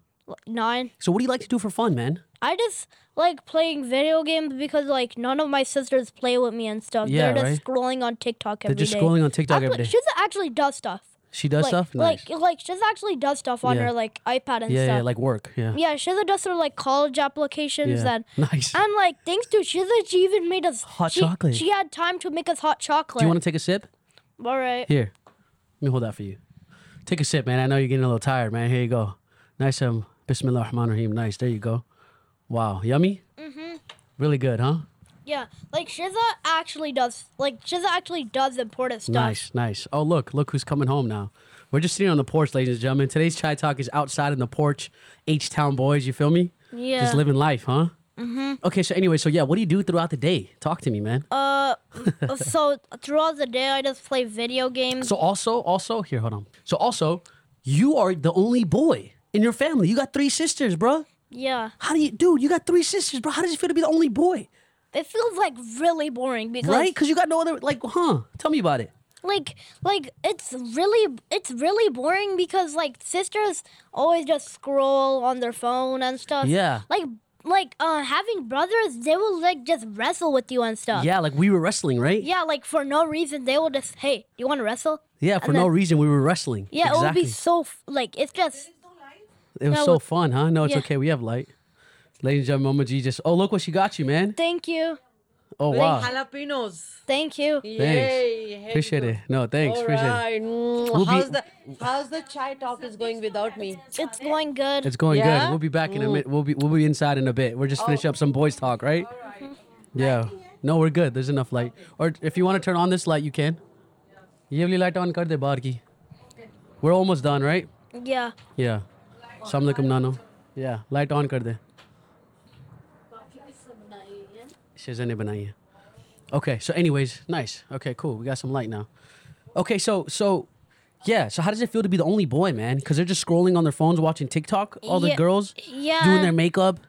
nine.
So what do you like to do for fun, man?
I just like playing video games because like none of my sisters play with me and stuff.
Yeah,
They're
right.
just scrolling on TikTok
They're
every day.
just scrolling on TikTok
Actually,
every day.
Shiza actually does stuff.
She does
like,
stuff. Nice.
Like like Shiza actually does stuff on
Yeah.
her like iPad and
yeah,
stuff.
yeah, like work. Yeah.
yeah, Shiza does her like college applications
yeah.
and
Nice.
and like thanks to Shiza, she even made us
Hot
she,
chocolate.
She had time to make us hot chocolate.
Do you want to take a sip?
All right.
Here, let me hold that for you. Take a sip, man. I know you're getting a little tired, man. Here you go. Nice, um, Bismillah Rahman Rahim. Nice. There you go. Wow, yummy. Mm-hmm. Really good, huh?
Yeah, like Shiza actually does. Like Shiza actually does important stuff.
Nice, nice. Oh, look, look who's coming home now. We're just sitting on the porch, ladies and gentlemen. Today's Chai Talk is outside in the porch. H Town boys, you feel me?
Yeah.
Just living life, huh? Mm-hmm. Okay, so anyway, so yeah, what do you do throughout the day? Talk to me, man.
Uh, so throughout the day, I just play video games.
so also, also here, hold on. So also, you are the only boy in your family. You got three sisters, bro.
yeah,
How do you, dude? You got three sisters, bro. How does it feel to be the only boy,
it feels like really boring because
right? Because you got no other, like, huh? Tell me about it.
like like it's really it's really boring because like sisters always just scroll on their phone and stuff.
Yeah.
Like like uh having brothers, they will like just wrestle with you and stuff.
Yeah, like we were wrestling, right?
Uh, Yeah, like for no reason, they will just hey, you want to wrestle?
Yeah, for
And
no
then-
reason we were wrestling.
Yeah, it
exactly.
would be so f- like it's just
It was
No,
so
look-
fun, huh? No, it's
yeah.
okay. We have light. Ladies and gentlemen, Mama G just. Oh, look what she got you, man.
thank you,
Oh, wow.
Jalapenos.
thank you.
Yay. here we
Appreciate
go.
it. No, thanks.
All
Appreciate it.
right. Mm,
We'll be-
how's the how's the chai talk is going without me?
It's going good.
It's going good.
Yeah?
We'll be back
Mm.
in a minute. We'll be we'll be inside in a bit. We're just
Oh.
finishing up some boys talk, right? Yeah. No, we're good. There's enough light. Or if you want to turn on this light, you can. ये वाली light on कर दे बाहर की. We're almost done, right?
yeah.
Yeah. Assalamualaikum Nano. Yeah, light on कर दे. शेजा ने बनाई है. Okay, so anyways, nice. Okay, cool. We got some light now. Okay, so so yeah, so how does it feel to be the only boy, man? Cuz they're just scrolling on their phones watching TikTok, all the
Yeah,
girls
yeah.
doing their makeup,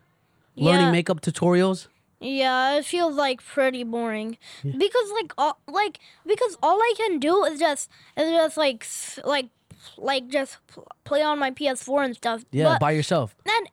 learning
Yeah.
makeup tutorials.
Yeah, it feels like pretty boring because like all like because all I can do is just is just like s- like like just pl- play on my PS4 and stuff.
Yeah,
but
by yourself.
man,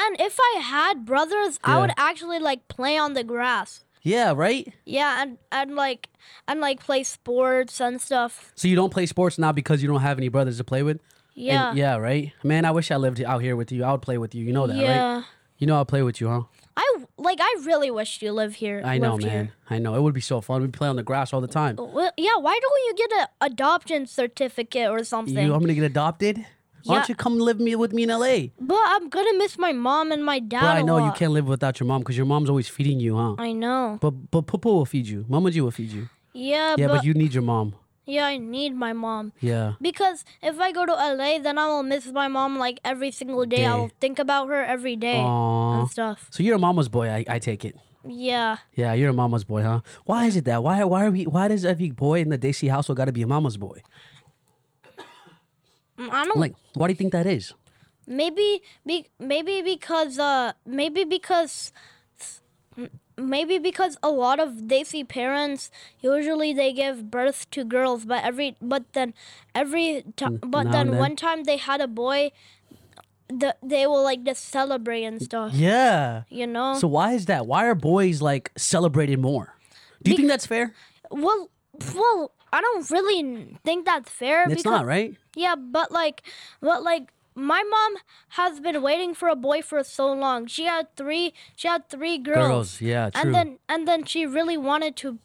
man, if I had brothers,
Yeah.
I would actually like play on the grass.
Yeah, right?
Yeah, and and like and like play sports and stuff.
So you don't play sports now because you don't have any brothers to play with? And-
Yeah,
yeah, right? Man, I wish I lived out here with you. I would play with you. You know that, right?
Yeah.
You know I'll play with you, huh?
I like I really wish you live here.
I know,
lived
man.
Here.
I know. It would be so fun. We play on the grass all the time.
Well, yeah, why don't you get an adoption certificate or something?
You, I'm gonna get adopted. Why
Yeah.
don't you come live me with me in LA?
But I'm gonna miss my mom and my dad.
But I know
a lot. Uh.
you can't live without your mom because your mom's always feeding you, huh?
I know.
But but Papa will feed you. Mama G will feed you.
Yeah,
Yeah,
but,
but, you need your mom.
yeah, I need my mom
Yeah.
because if I go to LA, then I will miss my mom like every single day. I
Day.
will think about her every day
Aw.
and stuff.
So you're a mama's boy. I, I take it.
Yeah,
Yeah, you're a mama's boy, huh? Why is it that? Why why are we? Why does every boy in the Desi household got to be a mama's boy?
Mm, I don't.
Like, why do you think that is?
maybe, be, maybe because uh, maybe because. m- Maybe because a lot of Desi parents usually they give birth to girls, but every but then every time but
now
then,
and then.
one time they had a boy, the, they will like just celebrate and stuff.
Yeah.
You know.
So why is that? Why are boys like celebrated more? Do you think that's fair?
Well, well, I don't really n- think that's fair.
It's not, right?
Yeah, but like, but like, my mom has been waiting for a boy for so long. She had three. She had three girls.
Girls, yeah, true.
And then and then she really wanted to.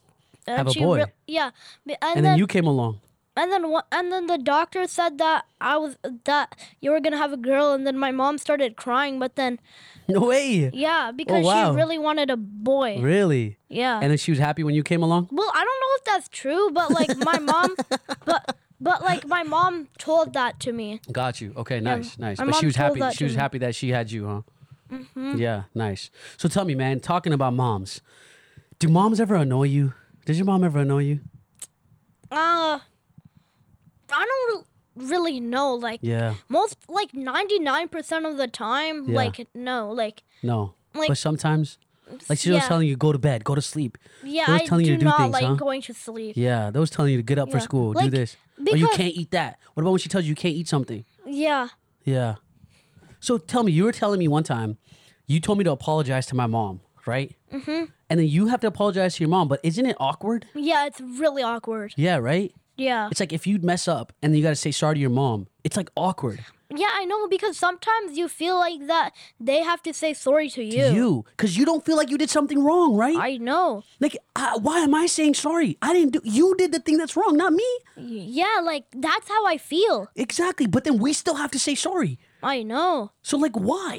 Uh,
Have a
she
boy.
yeah, b-
and
and, then,
then you came along.
and then wha- and then the doctor said that I was that you were gonna have a girl, and then my mom started crying. But then
No way.
yeah, because
Oh, wow.
she really wanted a boy.
Really?
Yeah.
And then she was happy when you came along?
Well, I don't know if that's true, but like my mom, but but like my mom told that to me.
Got you. Okay, nice, nice.
my
But she
mom
was
told
happy.
that
She
to
was
me. Mm-hmm.
happy that she had you, huh? Yeah, nice. So tell me, man, talking about moms, do moms ever annoy you? Does your mom ever annoy you?
Uh, I don't. re- really know. Like
Yeah.
most, like ninety nine percent of the time,
Yeah.
like no, like
No.
Like-
but sometimes, like she was
yeah.
telling you, go to bed, go to sleep.
yeah,
Those
I
telling you to
do
do
not
things,
like
huh?
going to sleep.
Yeah, those telling you to get up for
Yeah.
school, do
Like,
this. Or you
because-
can't eat that. What about when she tells you you can't eat something?
Yeah,
Yeah. So tell me, you were telling me one time, you told me to apologize to my mom, right? Mm-hmm. And then you have to apologize to your mom, but isn't it awkward?
yeah, it's really awkward.
Yeah, right?
Yeah,
It's like if you mess up and then you got to say sorry to your mom, it's like awkward
yeah, I know because sometimes you feel like that they have to say sorry to you.
to you because you don't feel like you did something wrong, right?
I know.
like, I, why am I saying sorry? I didn't do. You did the thing that's wrong, not me.
Yeah, like that's how I feel.
Exactly. But then we still have to say sorry.
I know.
So like, why?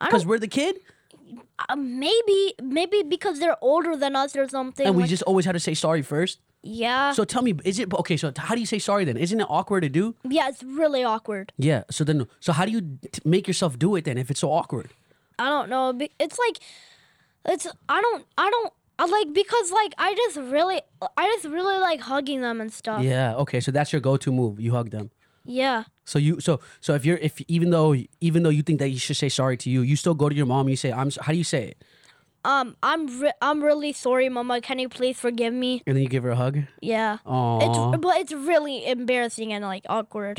I
Because we're the kid,
Uh, maybe, maybe because they're older than us or something.
and we
like-
just always have to say sorry first.
yeah,
So tell me, is it okay? So how do you say sorry then? Isn't it awkward to do?
yeah, it's really awkward.
Yeah. So then, so how do you t- make yourself do it then if it's so awkward?
I don't know. be- It's like, it's I don't I don't I like because like I just really I just really like hugging them and stuff.
Yeah. Okay. So that's your go-to move. You hug them.
Yeah.
So you so so if you're if even though even though you think that you should say sorry to you, you still go to your mom. and You say I'm. s- How do you say it?
Um, I'm re- I'm really sorry, Mama. Can you please forgive me?
And then you give her a hug.
Yeah.
Aw.
It's but it's really embarrassing and like awkward.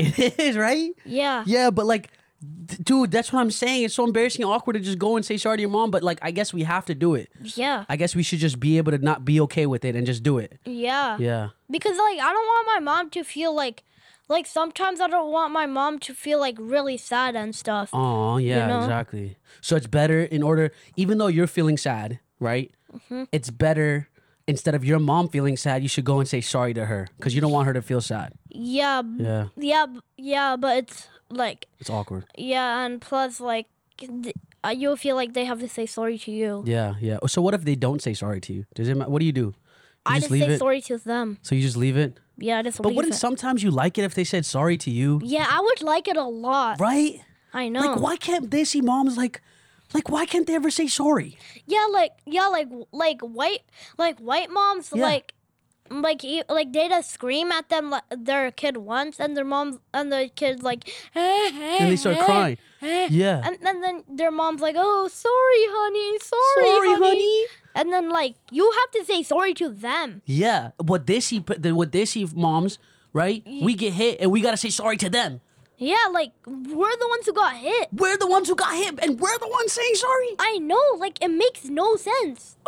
It is right.
yeah.
Yeah, but like, d- dude, that's what I'm saying. It's so embarrassing, and awkward to just go and say sorry to your mom. But like, I guess we have to do it.
Yeah.
I guess we should just be able to not be okay with it and just do it.
Yeah.
Yeah.
Because like I don't want my mom to feel like like sometimes I don't want my mom to feel like really sad and stuff.
Oh, yeah,
know?
exactly. So it's better in order, even though you're feeling sad, right?
Mm-hmm.
It's better instead of your mom feeling sad, you should go and say sorry to her because you don't want her to feel sad.
Yeah. b-
Yeah,
Yeah. b- Yeah, but it's like
it's awkward.
Yeah, and plus, like, th- uh, you'll feel like they have to say sorry to you.
Yeah, yeah. Oh, So what if they don't say sorry to you? Does it? ma- What do you do? You
I just,
leave
say
it.
sorry to them.
So you just leave it.
Yeah, I just
But
leave
wouldn't
it.
sometimes you like it if they said sorry to you,
yeah, I would like it a lot.
right?
I know.
Like why can't they see moms like, like why can't they ever say sorry?
Yeah, like yeah, like like white like white moms
Yeah.
like like e- like they just scream at them like, their kid once, and their moms and the kids like and Eh,
And they start crying. Yeah.
And then, then their mom's like, "Oh, sorry, honey. Sorry, And then like you have to say sorry to them.
Yeah, what they see, but then what they see, moms, right? We get hit and we gotta say sorry to them.
Yeah, like we're the ones who got hit.
We're the ones who got hit and we're the ones saying sorry.
I know, like it makes no sense.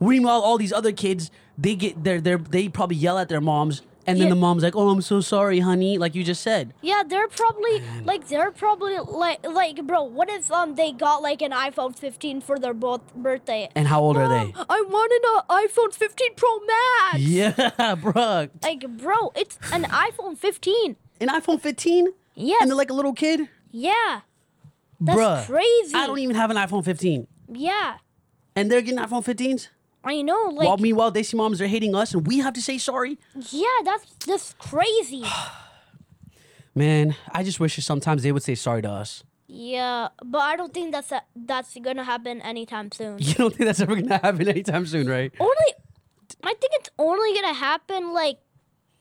Meanwhile, all these other kids, they get their, their they probably yell at their moms, and then
Yeah.
the mom's like, "Oh, I'm so sorry, honey," like you just said.
Yeah, they're probably like they're probably like like bro, what if um they got like an iPhone 15 for their both birthday?
And how old are they?
"Mom, I wanted an uh, iPhone 15 Pro Max.
Yeah, bruh.
Like bro, it's an iPhone 15.
An iPhone 15,
Yes.
and they're like a little kid,
yeah. That's
bruh.
crazy.
I don't even have an iPhone 15,
yeah.
and they're getting iPhone 15s.
I know, like
While meanwhile, they see moms are hating us, and we have to say sorry.
yeah, that's just crazy.
Man, I just wish that sometimes they would say sorry to us.
yeah, but I don't think that's that's gonna happen anytime soon.
You don't think that's ever gonna happen anytime soon, right?
only I think it's only gonna happen like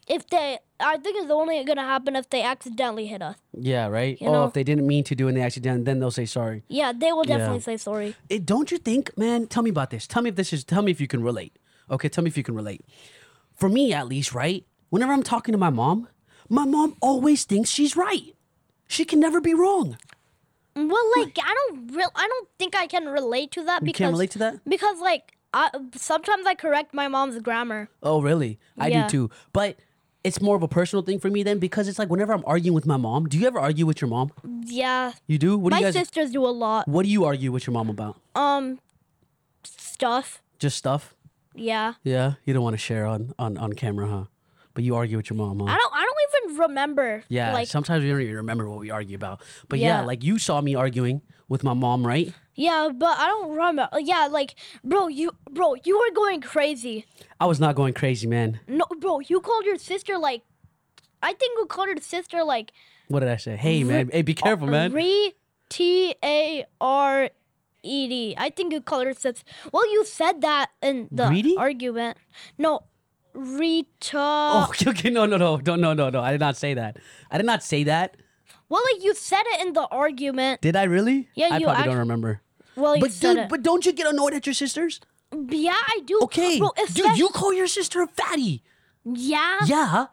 if they I think it's only gonna happen if they accidentally hit us.
Yeah, right.
You
oh,
know-
if they didn't mean to do an accident, then they'll say sorry.
Yeah, they will definitely
Yeah.
say sorry.
It, Eh, don't you think, man? Tell me about this. Tell me if this is. Tell me if you can relate. Okay, tell me if you can relate. For me, at least, right? Whenever I'm talking to my mom, my mom always thinks she's right. She can never be wrong.
Well, like I don't real I don't think I can relate to that
You
because
can't relate to that.
because like I sometimes I correct my mom's grammar.
Oh, really? I
Yeah.
do too. But it's more of a personal thing for me then, because it's like whenever I'm arguing with my mom. Do you ever argue with your mom?
Yeah,
You do. What do you
my
guys?
sisters do a lot.
what do you argue with your mom about?
Um, stuff.
Just stuff.
Yeah,
Yeah, you don't want to share on on on camera, huh? But you argue with your mom, huh?
I don't I don't even remember.
Yeah,
like
sometimes we don't even remember what we argue about. But yeah.
Yeah.
like you saw me arguing with my mom, right?
yeah, but I don't remember. Yeah, like bro, you bro, you were going crazy.
I was not going crazy, man.
No, bro, you called your sister like. I think you called your sister like
What did I say? Hey, man. Hey, be careful, man.
uh, re T A R E D. I think you called her sister. Well, you said that in the
Greedy?
argument. No, Rita.
Oh, okay, no, no, no, don't, no, no, no. I did not say that. I did not say that.
Well, like you said it in the argument.
Did I really?
Yeah,
I
you
probably
act-
don't remember.
Well, you
But
said
dude,
it.
but don't you get annoyed at your sisters?
yeah, I do.
Okay,
Bro,
dude,
especially-
you call your sister a fatty.
Yeah.
Yeah.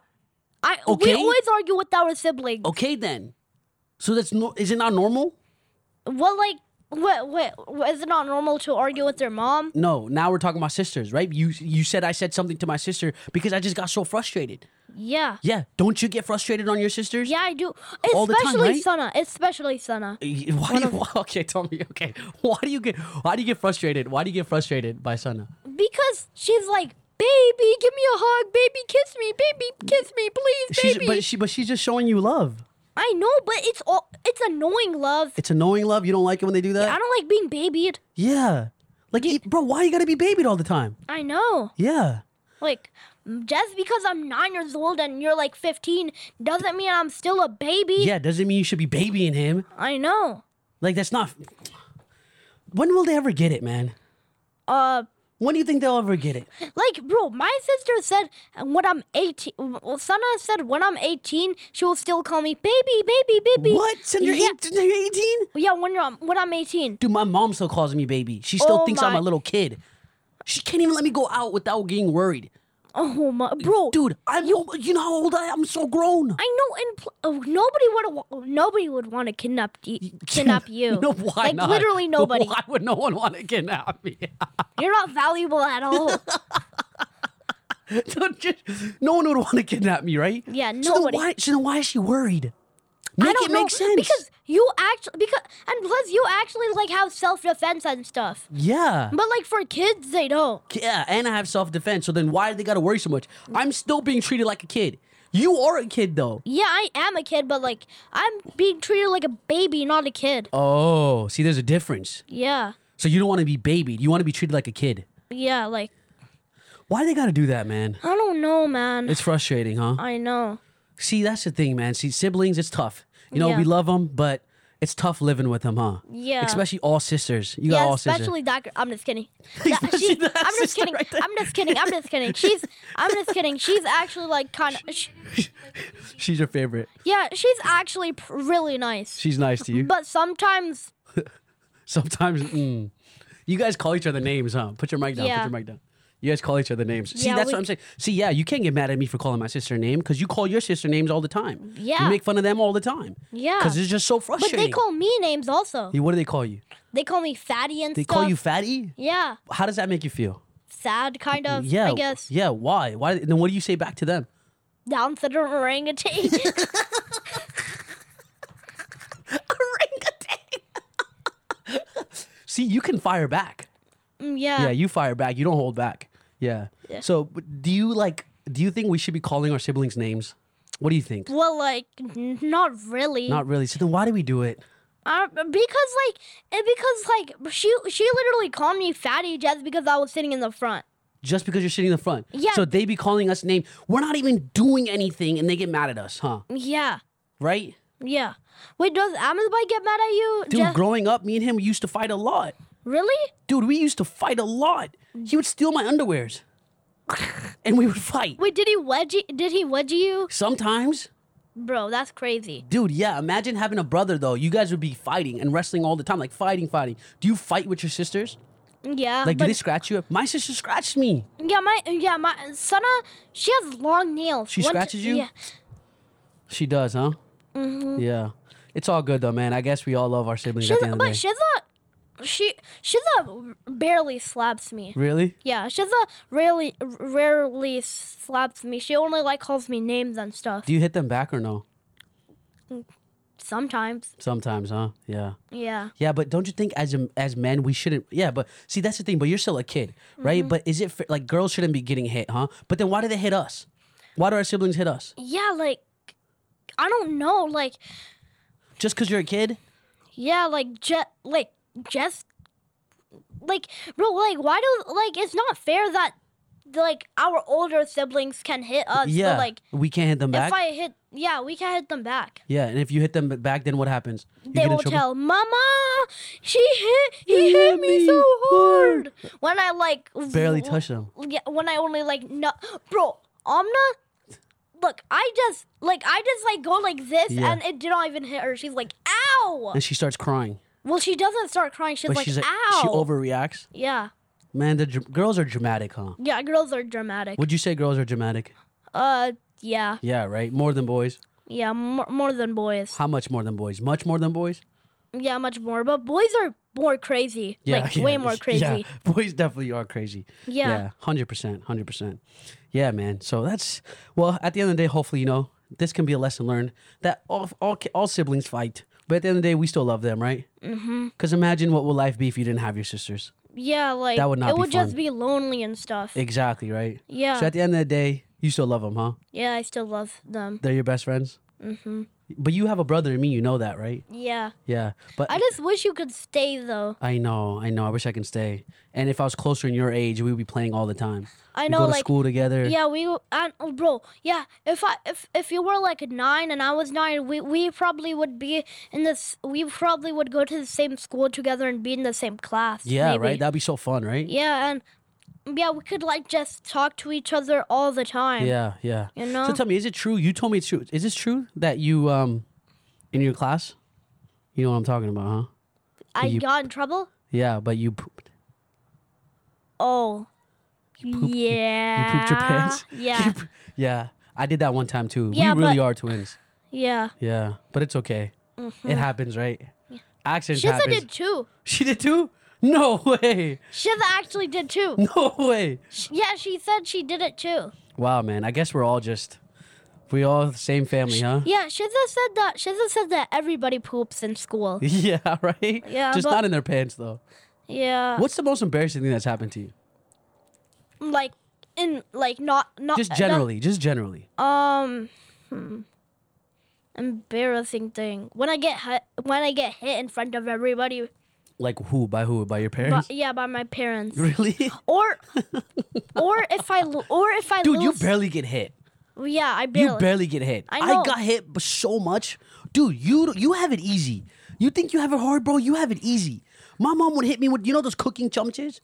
I
okay. Oh.
we always argue with our siblings.
Okay then. So that's no. Is it not normal?
Well, like, what, what, what, is it not normal to argue with their mom?
No. Now we're talking about sisters, right? You you said I said something to my sister because I just got so frustrated.
Yeah.
Yeah. Don't you get frustrated on your sisters?
Yeah, I do.
All the time,
Especially
right?
Sana. Especially Sana.
Y- Why do you, okay, tell me. Okay, why do you get why do you get frustrated? Why do you get frustrated by Sana?
Because she's like, baby, give me a hug. Baby, kiss me. Baby, kiss me, please,
She's,
baby.
but she but she's just showing you love.
I know, but it's all it's annoying, love.
It's annoying love. You don't like it when they do that.
I don't like being babied.
yeah, like e- bro, why you gotta be babied all the time?
I know.
Yeah,
Like, just because I'm nine years old and you're like 15 doesn't mean I'm still a baby.
yeah. Doesn't mean you should be babying him.
I know.
Like that's not. When will they ever get it, man?
Uh,
When do you think they'll ever get it?
like, bro, my sister said when I'm 18, well, Sana said when I'm 18, she will still call me baby, baby, baby.
What? Since you're
Yeah.
18 you're 18?
Yeah, when I'm when I'm 18.
Dude, my mom still calls me baby. She still
Oh
thinks I'm
my-
a little kid. She can't even let me go out without getting worried.
Oh my, bro.
Dude, I'm you know how old I am? I'm so grown.
I know, and pl- oh, nobody would nobody would want to kidnap y- kidnap you.
no, why
like
not?
literally nobody.
Why would no one want to kidnap me?
You're not valuable at all.
Don't you- no one would want to kidnap me, right?
Yeah,
So then
nobody.
why, so then why is she worried? Make
I don't
it
know
make sense.
because you actually because and plus you actually like have self defense and stuff.
yeah.
But like for kids, they don't.
Yeah, and I have self defense. So then why do they got to worry so much? I'm still being treated like a kid. You are a kid, though.
Yeah, I am a kid, but like I'm being treated like a baby, not a kid.
Oh, see, there's a difference.
Yeah,
So you don't want to be babied. You want to be treated like a kid.
yeah. Like
Why they got to do that, man?
I don't know, man.
It's frustrating, huh?
I know.
See, that's the thing, man. See, siblings, it's tough. You know,
Yeah.
we love them, but it's tough living with them, huh?
Yeah.
Especially all sisters. You got
Yeah,
all sisters.
especially that. gir- I'm just kidding. That-
Especially
she-
that
I'm just
sister
kidding.
right there.
I'm just kidding. I'm just kidding. She's. I'm just kidding. She's actually like kind of. Sh-
She's your favorite.
yeah, she's actually pr- really nice.
She's nice to you.
But sometimes,
Sometimes, mm. you guys call each other names, huh? Put your mic down.
Yeah.
Put your mic down. You guys call each other names. See,
Yeah,
that's
we-
what I'm saying. See, yeah, you can't get mad at me for calling my sister a name because you call your sister names all the time.
Yeah.
You make fun of them all the time.
Yeah.
Because it's just so
but
frustrating.
they call me names also.
Yeah, What do they call you?
They call me fatty and
They
stuff.
call you fatty?
yeah,
How does that make you feel?
sad kind of.
Yeah.
I guess
Yeah. Why? Why? Then what do you say back to them?
Down syndrome orangutan.
See, you can fire back. Yeah.
yeah.
You fire back. You don't hold back. Yeah. So b- do you like? Do you think we should be calling our siblings names? What do you think?
Well, like n- not really.
Not really. So then why do we do it?
Uh, because like it, because like she she literally called me fatty just because I was sitting in the front.
Just because you're sitting in the front.
Yeah.
So they be calling us names. We're not even doing anything, and they get mad at us, huh?
Yeah.
Right?
Yeah. Wait, does Amazbike get mad at you?
Dude,
Jeff?
growing up, me and him we used to fight a lot.
really?
Dude, we used to fight a lot. He would steal my underwears, and we would fight.
Wait, did he wedge? Did he wedge you,
Sometimes.
bro? That's crazy.
Dude, yeah. Imagine having a brother though. You guys would be fighting and wrestling all the time, like fighting, fighting. Do you fight with your sisters?
Yeah.
Like,
but
do they scratch you? My sister scratched me.
yeah, my yeah my Sana, she has long nails.
She
t-
scratches you?
Yeah.
She does, huh? Mm-hmm. Yeah. It's all good though, man. I guess we all love our siblings
She's
at the end of the
but
day.
Shiza, she Shiza barely slaps me.
really?
Yeah, Shiza rarely rarely slaps me. She only like calls me names and stuff.
Do you hit them back or no?
Sometimes.
Sometimes, huh? Yeah.
Yeah.
Yeah, but don't you think as a, as men we shouldn't? Yeah, but see that's the thing. But you're still a kid, right?
Mm-hmm.
But is it fa- like girls shouldn't be getting hit, huh? But then why do they hit us? Why do our siblings hit us?
Yeah, like I don't know, like
Just because you're a kid?
Yeah, like just like just like bro, like why do like it's not fair that like our older siblings can hit us.
yeah,
But like
we can't hit them back.
if I hit, yeah, we can hit them back.
yeah, and if you hit them back, then what happens? You
They
get in
will
trouble?
tell, Mama, she hit, he hit me so hard. When I like
Barely
w-
touch them.
Yeah, when I only like no, bro, Omna. Look, I just like I just like go like this,
Yeah.
and it did not even hit her. She's like, "Ow!"
And she starts crying.
Well, she doesn't start crying. She's
But
like,
she's like,
"Ow!"
she overreacts.
yeah,
Man, the dr- girls are dramatic, huh?
yeah. Girls are dramatic.
Would you say girls are dramatic?
uh, yeah,
Yeah, right? More than boys.
yeah. More, more than boys.
How much more than boys? Much more than boys?
Yeah, much more. But boys are more crazy. like way more
Yeah,
crazy.
boys definitely are crazy.
Yeah.
hundred percent, hundred percent. Yeah, man. So that's well. At the end of the day, hopefully, you know, this can be a lesson learned that all all, ki- all siblings fight, but at the end of the day, we still love them, right? Mm-hmm. Because imagine what would life be if you didn't have your sisters?
Yeah, like
That would not
it
be
would just
fun.
be lonely and stuff.
Exactly, right?
yeah,
So at the end of the day, you still love them, huh?
yeah. I still love them.
They're your best friends. Mm-hmm. But you have a brother and me. You know that, right?
Yeah.
Yeah. But
I just wish you could stay though.
I know, I know. I wish I could stay. And if I was closer in your age, we would be playing all the time.
I
We'd
know,
go to
like
school together.
yeah, we and oh, bro, yeah. If I if if you were like nine and I was nine, we we probably would be in this. We probably would go to the same school together and be in the same class.
Yeah,
maybe.
right. That'd be so fun, right?
yeah, and yeah, we could like just talk to each other all the time.
Yeah, yeah.
You know?
So tell me, is it true? You told me it's true. Is this true that you um in your class? You know what I'm talking about, huh?
I
you-
got in trouble.
Yeah, but you pooped.
Oh.
pooped- you-
yeah.
You pooped your pants. You
Yeah.
po- yeah. I did that one time too.
Yeah,
we really
but-
are twins.
yeah.
Yeah. But it's okay.
Mm-hmm.
It happens, right? Accidents
Shiza
happens.
did too.
She did too? No way.
Shiza actually did too.
No way.
Sh- Yeah, she said she did it too.
Wow, man. I guess we're all just we all the same family, huh?
Yeah, Shiza said that. Shiza said that everybody poops in school.
Yeah, right?
Yeah,
Just
but-
not in their pants though.
Yeah,
What's the most embarrassing thing that's happened to you?
like in like not not uh,
Just
not-
generally, just generally.
um, hmm, embarrassing thing when I get hit when I get hit in front of everybody.
Like who? By who? By your
But,
parents?
yeah, by my parents.
really?
Or or if I lo- or if I
Dude, you
lose.
barely get hit.
yeah, I barely.
You barely get hit.
I
I,
know.
got hit b- so much. Dude, you you have it easy. You think you have it hard, bro? You have it easy. My mom would hit me with you know those cooking chumches?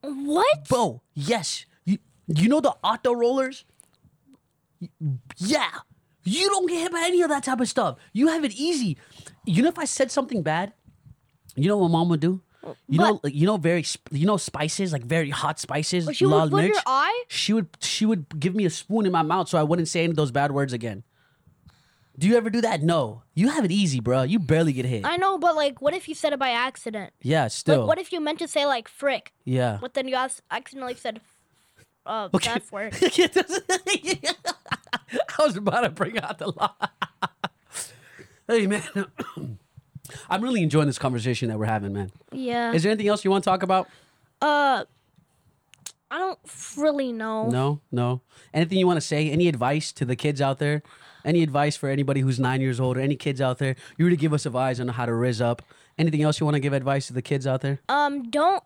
what?
Bro, yes. You you know the auto rollers? Y- Yeah. You don't get hit by any of that type of stuff. You have it easy. You know if I said something bad, you know what mom would do? You know,
What?
like, you know, very, sp- you know, spices like very hot spices.
she
la
would put your
mirch.
eye?
She would, she would give me a spoon in my mouth so I wouldn't say any of those bad words again. Do you ever do that? No, you have it easy, bro. You barely get hit.
I know, but like, what if you said it by accident?
yeah,
Like,
still.
what if you meant to say like "frick,"
yeah.
but then you ac- accidentally said uh,
Okay.
that word?
It doesn't- I was about to bring out the law. hey, man. I'm really enjoying this conversation that we're having, man.
Yeah.
Is there anything else you want to talk about?
Uh, I don't really know.
No, no. Anything you want to say? Any advice to the kids out there? Any advice for anybody who's nine years old or any kids out there? You were to give us advice on how to rizz up. Anything else you want to give advice to the kids out there?
Um, don't.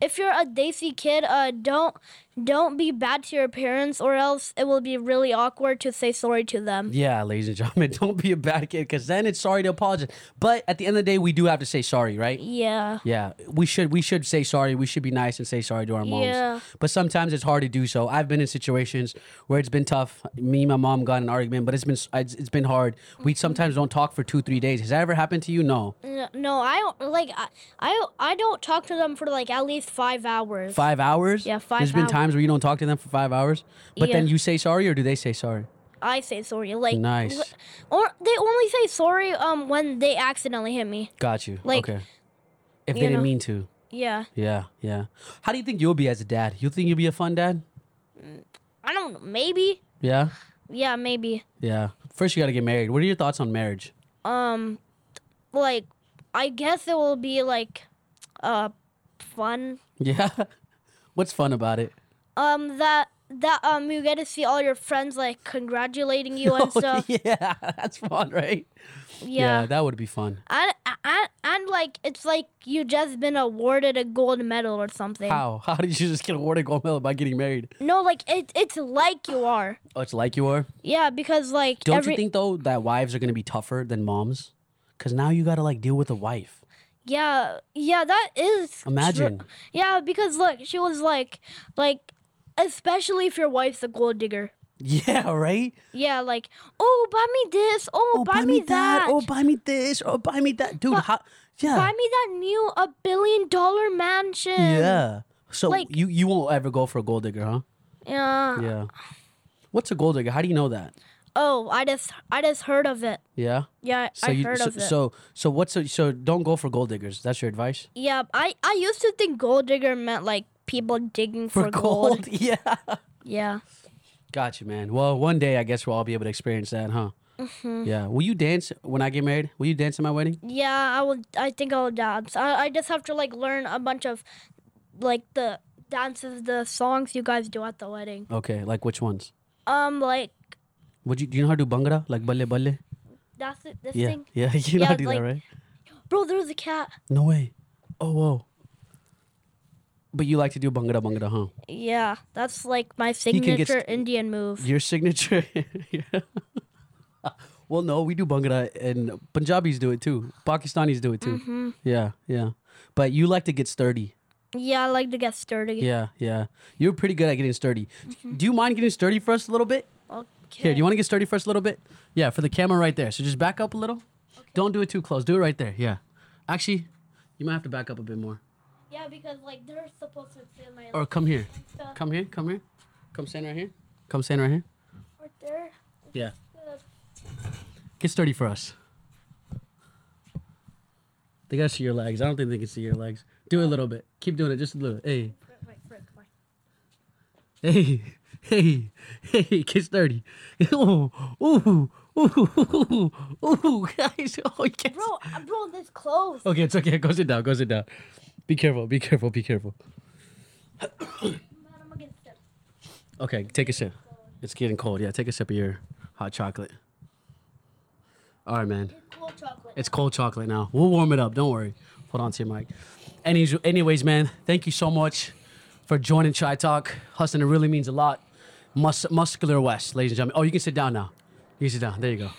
If you're a Daisy kid, uh, don't don't be bad to your parents, or else it will be really awkward to say sorry to them.
Yeah, ladies and gentlemen, don't be a bad kid because then it's sorry to apologize. But at the end of the day, we do have to say sorry, right?
Yeah.
Yeah, we should we should say sorry. We should be nice and say sorry to our moms.
Yeah.
But sometimes it's hard to do so. I've been in situations where it's been tough. Me and my mom got in an argument, but it's been s- it's, it's been hard. We
Mm-hmm.
sometimes don't talk for 2-3 days. Has that ever happened to you? No.
N- No, I don't like. I I, I don't talk to them for like at least five hours.
5 hours?
Yeah, five
There's been
hours.
times where you don't talk to them for 5 hours, but
Yeah.
then you say sorry or do they say sorry?
I say sorry. Like
Nice.
Or they only say sorry um when they accidentally hit me.
Got you.
Like,
okay. If they
you
didn't
know.
mean to.
Yeah.
Yeah, yeah. How do you think you'll be as a dad? You think you'll be a fun dad?
I don't know. Maybe.
Yeah.
Yeah. Maybe.
Yeah. First you got to get married. What are your thoughts on marriage?
um like i guess it will be like uh fun
Yeah. What's fun about it?
um that that um you get to see all your friends like congratulating you and stuff.
yeah, that's fun, right?
Yeah.
Oh, that would be fun.
And, and and like it's like you just been awarded a gold medal or something.
How? How did you just get awarded gold medal by getting married?
No, like it, it's like you are.
Oh, it's like you are.
Yeah, because like
Don't
every
you think though that wives are gonna be tougher than moms? Cause now you gotta like deal with a wife.
yeah yeah that is tru-
Imagine.
Yeah, because look, she was like like especially if your wife's a gold digger.
Yeah, right.
Yeah, like oh buy me this, oh, buy, me that,
Oh, buy me this. Oh, buy me that, dude.
Bu-
how? Yeah.
buy me that new a billion dollar mansion.
yeah. So
like- Uh,
you you won't ever go for a gold digger, huh?
yeah.
Yeah. What's a gold digger? How do you know that?
Oh, I just I just heard of it.
Yeah.
Yeah,
So
I
you
heard
so,
of it.
so so what's a, so don't go for gold diggers. That's your advice.
yeah, I I used to think gold digger meant like people digging for, gold.
Yeah.
Yeah.
Gotcha, man. Well, one day I guess we'll all be able to experience that, huh?
Mm-hmm.
Yeah. Will you dance when I get married? Will you dance at my wedding?
Yeah, I will. I think I will dance. I, I just have to like learn a bunch of, like the dances, the songs you guys do at the wedding.
Okay. Like which ones?
Um, like
Would you do you know how to do bhangra? Like balle balle?
that's it, this
Yeah.
thing.
Yeah. You know how
Yeah,
to do
like-
that, right?
Bro, there's a cat.
No way. Oh whoa. But you like to do bhangra bhangra, huh?
Yeah, that's like my
can get
signature
st-
Indian move.
Your signature. Yeah. well, no, we do Bhangra and Punjabis do it too. Pakistanis do it too.
Mm-hmm.
Yeah, yeah. But you like to get sturdy.
Yeah, I like to get sturdy.
Yeah, yeah. You're pretty good at getting sturdy.
Mm-hmm.
Do you mind getting sturdy for us a little bit? Here,
Okay.
do you want to get sturdy for us a little bit? Yeah, for the camera right there. So just back up a little. Don't do it too close. Do it right there. Yeah. Actually, you might have to back up a bit more.
yeah, because like they're supposed to sit in my
Or come here. Come here. Come here. Come stand right here. Come stand right here.
right there.
Yeah. Get sturdy for us. They gotta see your legs. I don't think they can see your legs. Do it a little bit. Keep doing it, just a little. Hey, hey, hey, hey. Get sturdy. Ooh, ooh, ooh, ooh, ooh, guys. Oh, yes.
Bro, uh, bro, this close.
Okay, it's okay. Go sit down. Go sit down. Be careful. Be careful. Be careful.
I'm gonna get sturdy.
Okay, take a sip. It's getting cold. Yeah, take a sip of your hot chocolate. All right, man.
Cold chocolate.
It's cold chocolate now. We'll warm it up. Don't worry. Hold on to your mic. Anyways, anyways, man, thank you so much for joining Chai Talk. Huston, it really means a lot. Mus- muscular West, ladies and gentlemen. Oh, you can sit down now. You can sit down. There you go.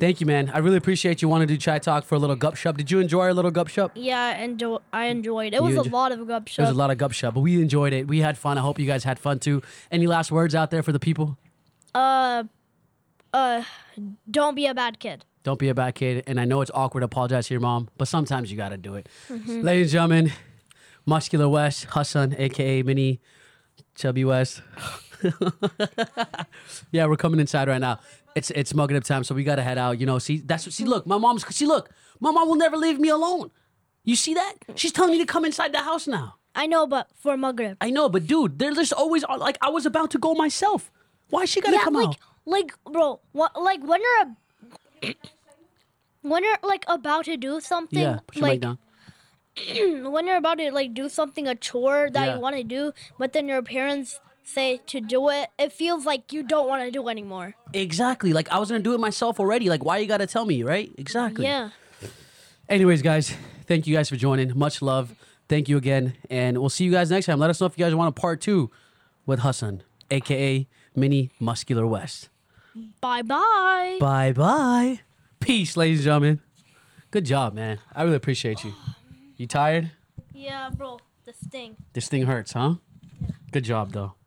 Thank you, man. I really appreciate you wanting to do Chai Talk for a little gup shop. Did you enjoy our little gup shop?
Yeah, I enjoy. I enjoyed. It was a
enjo-
lot of gup
It was a
shows.
lot of gup shop, but we enjoyed it. We had fun. I hope you guys had fun too. Any last words out there for the people?
uh, uh, don't be a bad kid.
Don't be a bad kid. And I know it's awkward to apologize to your mom, but sometimes you got to do it. Ladies and gentlemen, Muscular West, Hassan, AKA Mini Chubby West. yeah, we're coming inside right now. It's it's mugging up time, so we got to head out. You know, see, that's what, see, look, my mom's, see, look, my mom will never leave me alone. You see that? She's telling me to come inside the house now.
I know, but for Maghrib.
I know, but dude, they're just always, uh, like, I was about to go myself. Why she got to
yeah,
come
like,
out?
like, bro, what, like when you're a, when you're like about to do something,
Yeah, put your mic
like
down.
when you're about to like do something, a chore that
Yeah.
you want to do, but then your parents say to do it, it feels like you don't want to do anymore.
Exactly. Like I was gonna do it myself already. Like why you gotta tell me, right? Exactly.
Yeah.
Anyways, guys, thank you guys for joining. Much love. Thank you again, and we'll see you guys next time. Let us know if you guys want a part two with Hassan, aka Mini Muscular West.
Bye bye.
Bye bye. Peace, ladies and gentlemen. Good job, man. I really appreciate you. You tired?
Yeah, bro, this thing.
This thing hurts, huh? Good job though.